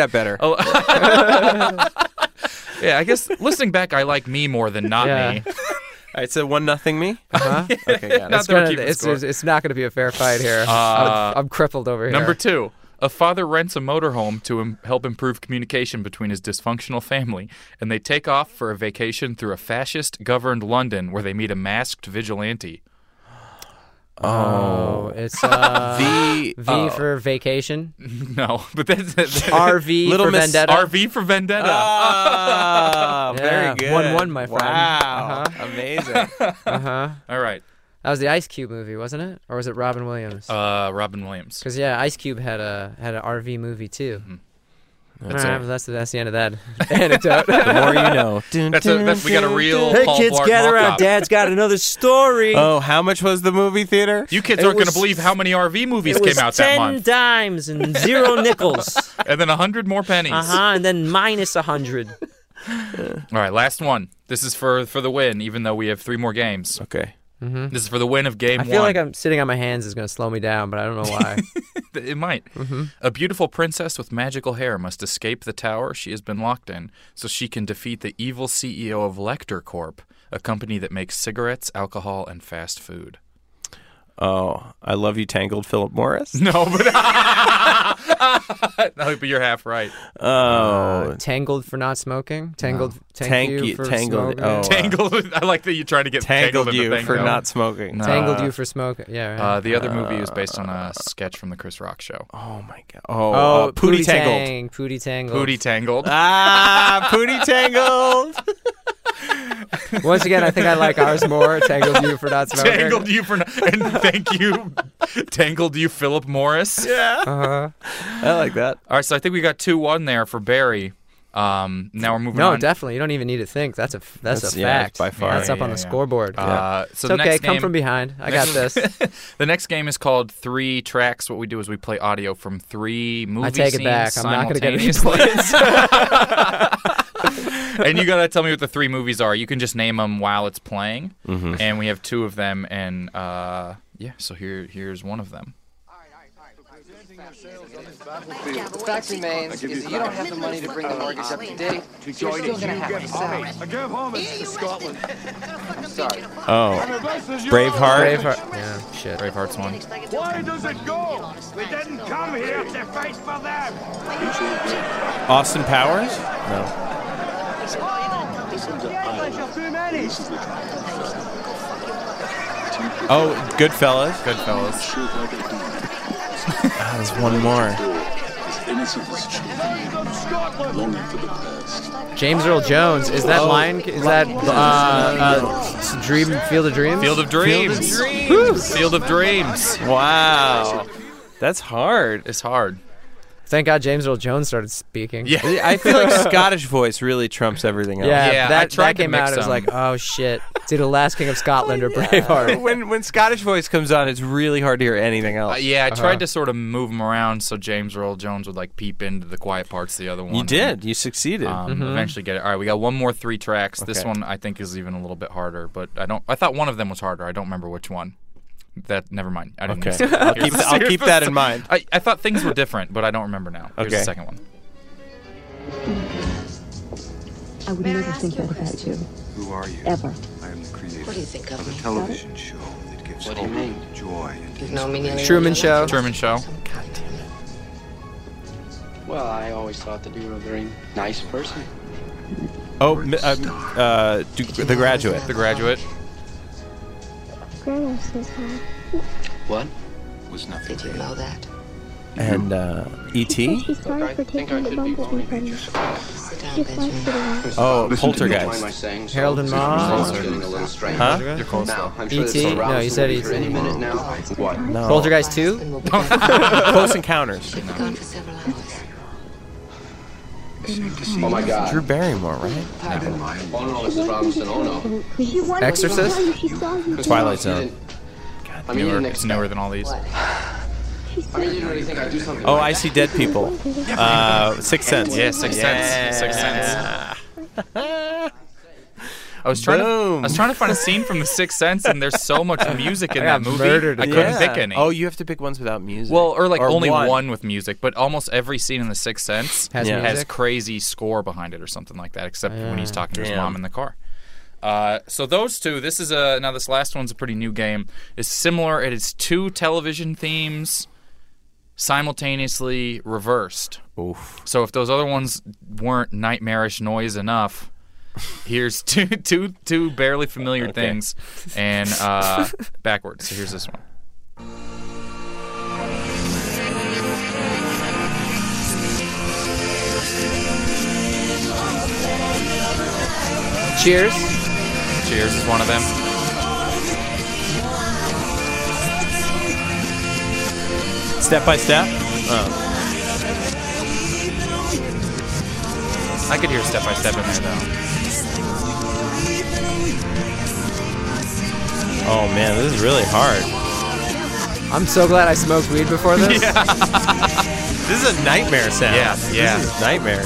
C: that better.
A: Yeah, I guess listening back, I like me more than not
D: Yeah.
A: me.
C: All right, so one nothing me. Uh-huh. okay, got it.
A: Not
D: It's,
A: that we're
D: gonna-
A: keeping
D: it's-
A: score. Uh,
D: it's- it's not going to be a fair fight here. I'm, I'm crippled over here.
A: Number two, a father rents a motorhome to im- help improve communication between his dysfunctional family, and they take off for a vacation through a fascist governed London where they meet a masked vigilante.
D: Oh, it's uh,
C: The
D: V
A: Oh.
D: for vacation,
A: No, but that's, that's
D: RV
C: Little
D: for
C: Miss
D: vendetta. Uh,
A: RV for Vendetta.
C: Ah,
D: Yeah,
C: very good.
D: 1-1, my friend. Uh-huh.
C: Wow, amazing.
A: All right,
D: That was the Ice Cube movie, wasn't it? Or was it Robin Williams?
A: uh, Robin Williams.
D: Because yeah, Ice Cube had a had an RV movie too.
A: Mm-hmm.
D: That's,
C: it.
D: right, that's that's the end of that anecdote.
C: the more you know.
A: That's a, that's we got a real.
F: Hey,
A: Paul
F: kids,
A: Blart
F: gather
A: mall
F: around.
A: cop.
F: Dad's got another story.
C: Oh, how much was the movie theater?
A: You kids
F: It
A: aren't going
F: was-
A: to believe how many RV movies
F: it
A: came
F: was
A: out that
D: Ten
A: month,
D: dimes and zero nickels.
A: and then a hundred more pennies.
D: Uh huh. And then minus a hundred.
A: All right, last one. This is for for the win, even though we have three more games.
C: Okay.
A: This is for the win of game
D: Mm-hmm. I
A: one.
D: feel like I'm sitting on my hands is going to slow me down, but I don't know why.
A: Th- It might.
D: Mm-hmm.
A: A beautiful princess with magical hair must escape the tower she has been locked in so she can defeat the evil CEO of Lecter Corp, a company that makes cigarettes, alcohol, and fast food.
C: Oh, I love you, Tangled Philip Morris.
A: No, but, no, but you're half right.
C: Uh, Oh,
D: Uh, tangled for not smoking. Tangled. Tank,
C: Tank
D: you,
C: you-
D: for
C: tangled-
D: smoking.
C: oh, uh,
A: Tangled. I like that you're trying to get tangled,
C: tangled
A: into
C: you
A: thing,
C: for
A: though.
C: not smoking.
A: No.
D: Tangled
C: Uh,
D: you for smoking. Yeah. Right.
A: Uh, the other movie is based on a sketch from the Chris Rock show.
C: Oh my god. Oh,
D: oh,
C: uh, Pootie, Tangled.
D: Tang, Pootie Tangled.
A: Booty Tangled.
C: Ah, Pootie Tangled.
D: Once again, I think I like ours more. Tangled you for not smoking.
A: Tangled you for not, and thank you, Tangled you Philip Morris.
D: Uh-huh.
C: I like that.
A: All right, so I think we got two one there for Barry. Um, now we're moving
D: No,
A: on.
D: definitely. You don't even need to think. That's a f- that's,
C: That's-
D: a
C: yeah,
D: fact.
C: by far.
D: That's up
A: Yeah,
D: on the
A: yeah, yeah.
D: scoreboard.
A: Uh, so
D: it's
A: the
D: okay.
A: next
D: Come
A: game,
D: from behind. I got this.
A: the next game is called Three Tracks. What we do is we play audio from three movie
D: I take it
A: scenes
D: back. I'm not going to get any
A: simultaneously.
D: points.
A: and you gotta tell me what the three movies are. You can just name them while it's playing, and we have two of them. And uh, yeah, so here here's one of them.
G: fact remains is that you don't have the money to bring the mortgage up to date. You're still gonna have to sell it. I'm sorry.
C: Oh, Braveheart.
D: Braveheart. Yeah, shit.
A: Braveheart's one.
H: Why does it go? They didn't come here to fight for them.
C: Austin Powers. No. Oh, Goodfellas.
A: Goodfellas.
C: Ah, there's one more.
D: James Earl Jones. Is that line? Is that Oh, uh, uh, s- Dream Field of Dreams?
A: Field of Dreams. Woo! Field of Dreams.
C: Wow. That's hard.
A: It's hard.
D: Thank God James Earl Jones started speaking.
A: Yeah.
C: I feel like Scottish voice really trumps everything else.
D: Yeah,
A: Yeah, I
D: that,
A: tried to
D: that came
A: mix Oh,
D: out. It was
A: them.
D: like, oh shit. It's either Last King of Scotland or Braveheart.
C: when when Scottish voice comes on, it's really hard to hear anything else.
A: Uh, yeah, I tried to sort of move them around so James Earl Jones would like peep into the quiet parts. Of the other one.
C: you did. You succeeded.
A: Um, Eventually get it. All right, we got one more three tracks. This
C: Mm-hmm. Okay.
A: one I think is even a little bit harder, but I don't. I thought one of them was harder. I don't remember which one. That never mind. I didn't.
C: okay.
A: use it.
C: I'll keep, I'll keep that in mind.
A: I, I thought things were different, but I don't remember now. Here's the
C: Okay.
A: second one.
I: I would never think that about you.
H: Who are you?
I: Ever.
H: I am the creator
G: What do you think of me?
H: television show that gives
G: What do you
H: hope,
G: mean?
H: joy, and
G: You've known me nearly.
D: Truman Show.
A: Truman Show.
J: Well, I always thought that you were a very nice person.
C: Oh, mi- um, uh, do, The Graduate.
A: The Graduate.
I: Grandma says hi.
J: What?
H: was nothing.
G: Did you know that?
C: And uh, E.T.
I: She's sorry for
J: think
I: taking
J: I
I: the
J: should be
I: bumblebee from you.
G: Sit down,
I: She's sorry for
G: Benjamin.
I: the loss.
C: Oh,
J: Why am I
C: Poltergeist.
J: saying so?
D: Harold and
J: This is
D: Maude.
J: getting a little strange.
C: Huh?
J: Now, I'm sure
D: E.T.?
J: that some
D: E No,
J: rousing
D: you said
J: will be here
D: E.T.
J: any minute now. What?
C: No.
D: Poltergeist 2?
G: Husband will be back.
C: Close Encounters.
G: She'll be gone for several hours.
J: Oh my
C: Drew
J: God.
C: Barrymore, right?
J: Oh no, it's Robinson. Oh no.
I: She wanted
D: Exorcist?
I: to tell you she saw you.
C: Twilight
J: You
C: Zone.
J: didn't. I mean, you
A: Newer,
J: didn't
A: it's
J: expect.
A: newer than all these.
J: I mean, you didn't really think I'd do something.
C: Oh,
J: like
C: I see dead people. Uh, Sixth Sense.
A: Yeah, Sixth Sense. Sixth Sense. I was trying to. I was
C: Boom.
A: trying to find a scene from The Sixth Sense, and there's so much music in that movie.
D: murdered
A: I
D: in
A: couldn't
C: Yeah.
A: pick any.
C: Oh, you have to pick ones without music.
A: Well, or like only one.
C: one.
A: with music, but almost every scene in The Sixth Sense
D: Has
A: has
D: music?
A: crazy score behind it or something like that, except when he's talking to his
C: Damn.
A: mom in the car. Uh, so those two. This is a now. This last one's a pretty new game. It's similar. It is two television themes simultaneously reversed.
C: Oof.
A: So if those other ones weren't nightmarish noise enough, here's two two two barely familiar things and uh, backwards. So here's this one.
D: Cheers.
A: Cheers is one of them.
C: Step by step.
A: I could hear step by step in there though.
C: Oh man, this is really hard.
D: I'm so glad I smoked weed before this.
C: This is a nightmare sound.
A: Yeah, yeah.
C: This is nightmare.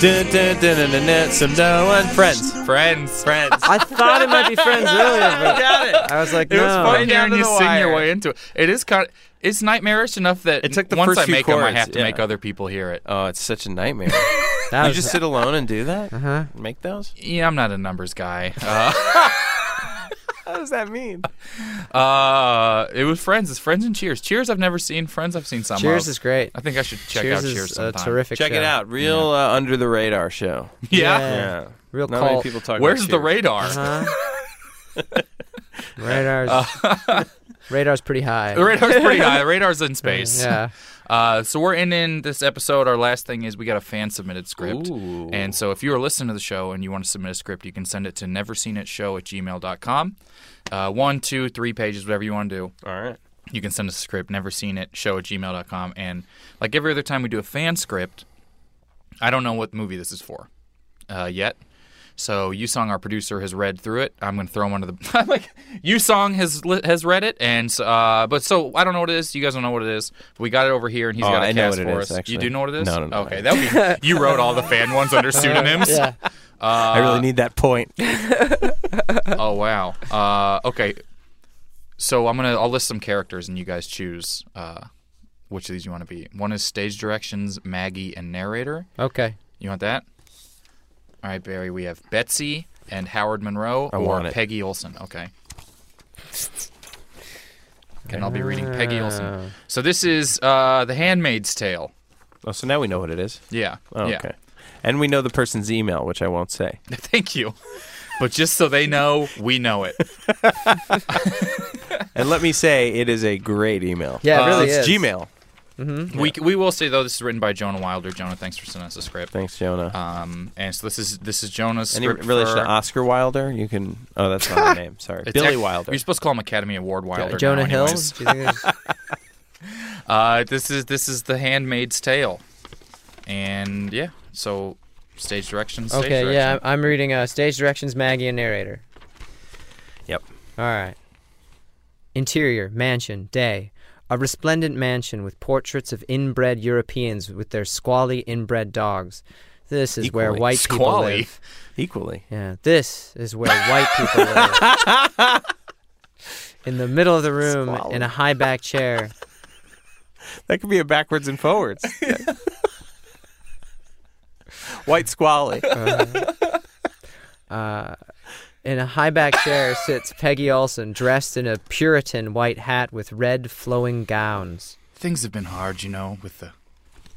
C: Dun, dun, dun, dun, dun, dun. Some no one friends.
A: Friends.
C: Friends.
D: I thought it might be friends earlier, but I was like,
A: It
D: no.
A: was fun hearing
C: down to
A: you
C: the
A: sing your
C: wire.
A: way into it. It is kind. Of, it's nightmarish enough that
C: It took the
A: once
C: first
A: I
C: few
A: make them, I
C: chords,
A: have to
C: yeah.
A: make other people hear it.
C: oh, it's such a nightmare.
D: That
C: you
D: was-
C: just sit alone and do that?
D: Uh-huh.
C: Make those?
A: Yeah, I'm not a numbers guy. Uh,
C: What does that mean?
A: uh, it was Friends. It's Friends and Cheers. Cheers. I've never seen Friends. I've seen some.
D: Cheers
A: of.
D: is great.
A: I think I should check
D: Cheers
A: out
D: is
A: Cheers
D: a
A: sometime.
D: terrific
C: Check
D: show.
C: it out. Real uh, under the radar show.
A: Yeah.
C: Yeah.
D: Real
C: Not many
D: cult.
C: people talk
A: Where's
C: about
A: the
C: Cheers.
A: radar?
D: Huh? Radar's
A: Uh,
D: radar's pretty high.
A: The radar's pretty high. The radar's in space.
D: Yeah.
A: Uh, so we're ending this episode. Our last thing is we got a fan submitted script. And so if you are listening to the show and you want to submit a script, you can send it to neverseenshow at gmail.com. Uh, one, two, three pages, whatever you want to do.
C: All right.
A: You can send us a script, never seen it, show at gmail.com. And like every other time we do a fan script, I don't know what movie this is for uh, yet. So Yusong, our producer, has read through it. I'm going to throw him under the I'm like. Yusong has li- has read it, and so, uh, but so I don't know what it is. You guys don't know what it is. We got it over here, and he's
C: Oh,
A: got a
C: I know
A: cast
C: what it
A: for
C: is,
A: us. You
C: actually.
A: do know what it is?
C: No, no, no.
A: Okay, that would be, you wrote all the fan ones under pseudonyms.
D: Yeah.
C: I really need that point.
A: Oh wow. Uh, okay. So I'm gonna I'll list some characters and you guys choose uh, which of these you want to be. One is stage directions, Maggie, and narrator.
D: Okay.
A: You want that? All right, Barry. We have Betsy and Howard Monroe
C: I
A: or
C: want it.
A: Peggy Olson. Okay. And I'll be reading Peggy
C: Uh.
A: Olson. So this is uh, The Handmaid's Tale.
C: Oh, so now we know what it is.
A: Yeah.
C: Oh,
A: yeah.
C: Okay. And we know the person's email, which I won't say.
A: Thank you. But just so they know, we know it.
C: And let me say, it is a great email.
D: Yeah, it
C: Uh,
D: really
C: it's
D: is.
C: Gmail.
A: We, we will say though this is written by Jonah Wilder. Jonah, thanks for sending us the script.
C: Thanks, Jonah.
A: Um, and so this is this is Jonah's
C: Any
A: script
C: relation
A: for,
C: to Oscar Wilder? You can. Oh, that's not the name. Sorry,
A: It's
C: Billy
A: act-
C: Wilder.
A: You're supposed to call him Academy Award Wilder. now
D: Jonah Hill.
A: anyways.
D: Do you think it's-
A: Uh, this is this is The Handmaid's Tale, and yeah, so stage direction. Stage
D: okay.
A: direction.
D: Yeah. I'm reading uh, stage directions, Maggie, and narrator.
C: Yep.
D: All right. Interior, mansion, day. A resplendent mansion with portraits of inbred Europeans with their squally inbred dogs. This is where
C: Equally.
D: white people
A: Squally?
D: live.
C: Equally.
D: Yeah, this is where white people live. In the middle of the room, in a high back chair.
C: That could be a backwards and forwards. White Squally.
D: In a high back chair sits Peggy Olson, dressed in a Puritan white hat with red flowing gowns.
A: Things have been hard, you know, with the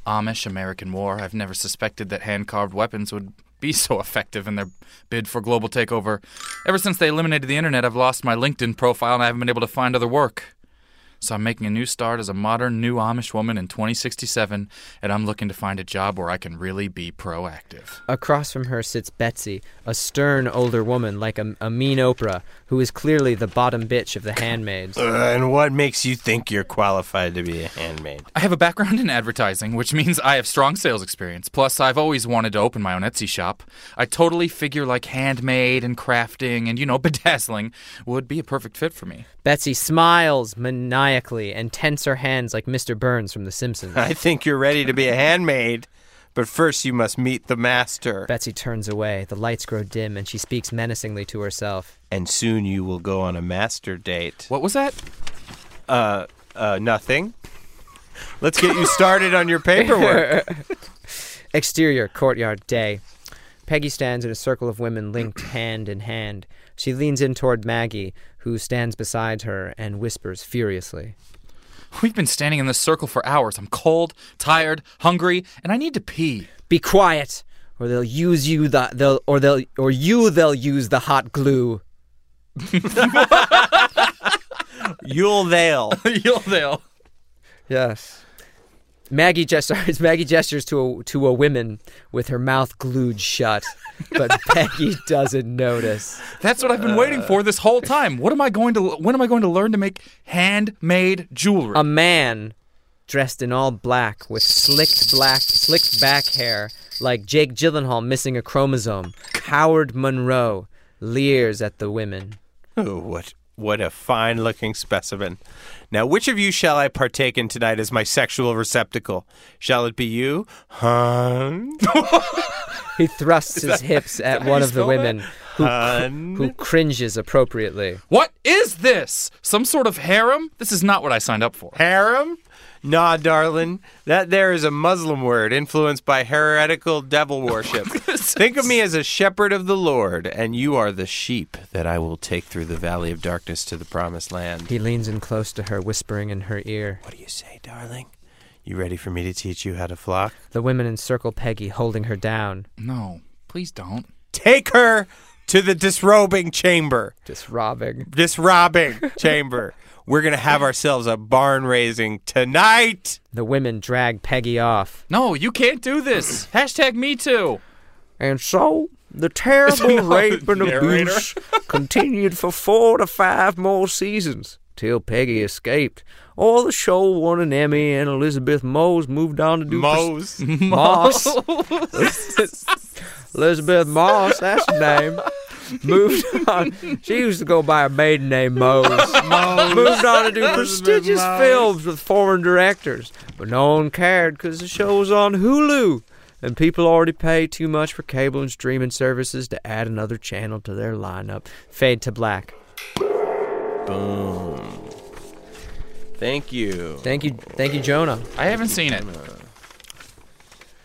A: Amish American War. I've never suspected that hand carved weapons would be so effective in their bid for global takeover. Ever since they eliminated the internet, I've lost my LinkedIn profile and I haven't been able to find other work. So I'm making a new start as a modern new Amish woman in 2067, and I'm looking to find a job where I can really be proactive.
D: Across from her sits Betsy, a stern older woman like a, a mean Oprah, who is clearly the bottom bitch of the handmaids.
C: Uh, and what makes you think you're qualified to be a handmaid?
A: I have a background in advertising, which means I have strong sales experience. Plus, I've always wanted to open my own Etsy shop. I totally figure like handmade and crafting and, you know, bedazzling would be a perfect fit for me.
D: Betsy smiles maniacally and tents her hands like Mr. Burns from The Simpsons.
C: I think you're ready to be a handmaid, but first you must meet the master,
D: Betsy turns away. The lights grow dim and she speaks menacingly to herself.
C: and soon you will go on a master date.
A: What was that?
C: Uh, uh, nothing. Let's get you started on your paperwork.
D: Exterior, courtyard, day. Peggy stands in a circle of women linked hand in hand. She leans in toward Maggie, who stands beside her and whispers furiously.
A: We've been standing in this circle for hours. I'm cold, tired, hungry, and I need to pee.
D: Be quiet, or they'll use you the they'll or they'll or you they'll use the hot glue.
C: You'll they'll.
A: You'll they'll.
D: Yes. Maggie gestures. Maggie gestures to a, to a woman with her mouth glued shut, but Peggy doesn't notice.
A: That's what I've been waiting for this whole time. What am I going to? When am I going to learn to make handmade jewelry?
D: A man dressed in all black with slicked black, slicked back hair, like Jake Gyllenhaal missing a chromosome. Howard Monroe leers at the women.
C: Oh, what what a fine looking specimen. Now, which of you shall I partake in tonight as my sexual receptacle? Shall it be you, hun?
D: He thrusts his hips at one of the women, who,
C: Hun?
D: who cringes appropriately.
A: what is this? Some sort of harem? This is not what I signed up for.
C: Harem? Nah, darling. That there is a Muslim word influenced by heretical devil worship. Think of me as a shepherd of the Lord, and you are the sheep that I will take through the valley of darkness to the promised land.
D: He leans in close to her, whispering in her ear.
C: What do you say, darling? You ready for me to teach you how to flock?
D: The women encircle Peggy, holding her down.
A: No, please don't.
C: Take her to the disrobing chamber.
D: Just robbing.
C: disrobing chamber. We're gonna have ourselves a barn raising tonight.
D: The women drag Peggy off.
A: No, you can't do this. Hashtag me too.
D: And so the terrible rape and abuse continued for four to five more seasons till Peggy escaped. All the show won an Emmy, and Elizabeth Mose moved on to do
C: Mose.
D: Moss. Elizabeth Moss, that's the name. Moved on. She used to go by a maiden name, Mose. Moved on to do prestigious films with foreign directors, but no one cared because the show was on Hulu, and people already pay too much for cable and streaming services to add another channel to their lineup. Fade to black.
C: Boom. Thank you.
D: Thank you, thank you, Jonah.
A: I haven't seen it.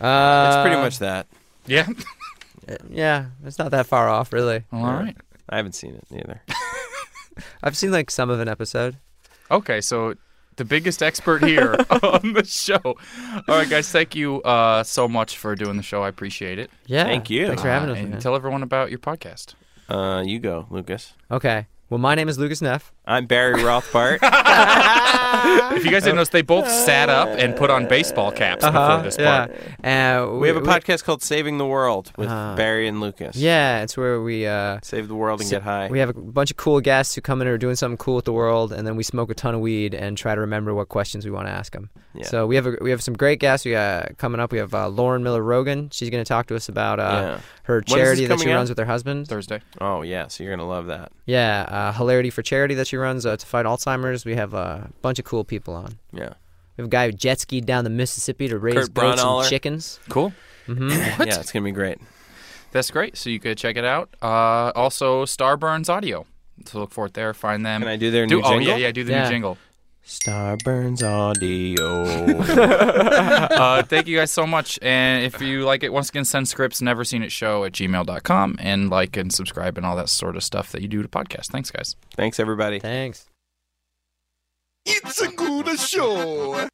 D: Uh,
C: That's pretty much that.
A: Yeah.
D: yeah. It's not that far off, really.
A: All right.
C: I haven't seen it either.
D: I've seen like some of an episode.
A: Okay, so the biggest expert here on the show. All right, guys, thank you uh, so much for doing the show. I appreciate it.
D: Yeah.
C: Thank you.
D: Thanks for having
A: Uh,
D: us.
A: and
D: man.
A: tell everyone about your podcast.
C: Uh, you go, Lucas.
D: Okay. Well, my name is Lucas Neff.
C: I'm Barry Rothbart.
A: If you guys didn't notice, they both sat up and put on baseball caps before this part.
D: Uh-huh, Yeah. Uh,
C: we have a podcast called Saving the World with Barry and Lucas.
D: Yeah, it's where we uh,
C: Save the world and
D: so-
C: get high.
D: We have a bunch of cool guests who come in and are doing something cool with the world, and then we smoke a ton of weed and try to remember what questions we want to ask them.
C: Yeah.
D: So we have a, we have some great guests. We got coming up. We have uh, Lauren Miller Rogan. She's going to talk to us about uh,
C: Yeah.
D: her
C: this
D: charity that she
C: coming out?
D: runs with her husband.
A: Thursday.
C: oh yeah, so you're gonna love that.
D: Yeah, uh, hilarity for charity that she runs uh, to fight Alzheimer's. We have a bunch of cool people on.
C: Yeah.
D: We have a guy who jet skied down the Mississippi to raise
C: Kurt
D: goats
C: Braunohler.
D: and chickens.
A: Cool.
C: Yeah, it's gonna be great.
A: That's great. So you could check it out. Uh, also, Starburns Audio. So look for it there. Find them.
C: Can I do their new
A: oh,
C: jingle?
A: yeah, yeah. Do the
D: Yeah.
A: new jingle.
C: Starburns audio.
A: Uh, thank you guys so much. And if you like it, once again, send scripts never seen it show at gmail.com and like and subscribe and all that sort of stuff that you do to podcasts. Thanks, guys.
C: Thanks everybody.
D: Thanks.
H: It's a good show.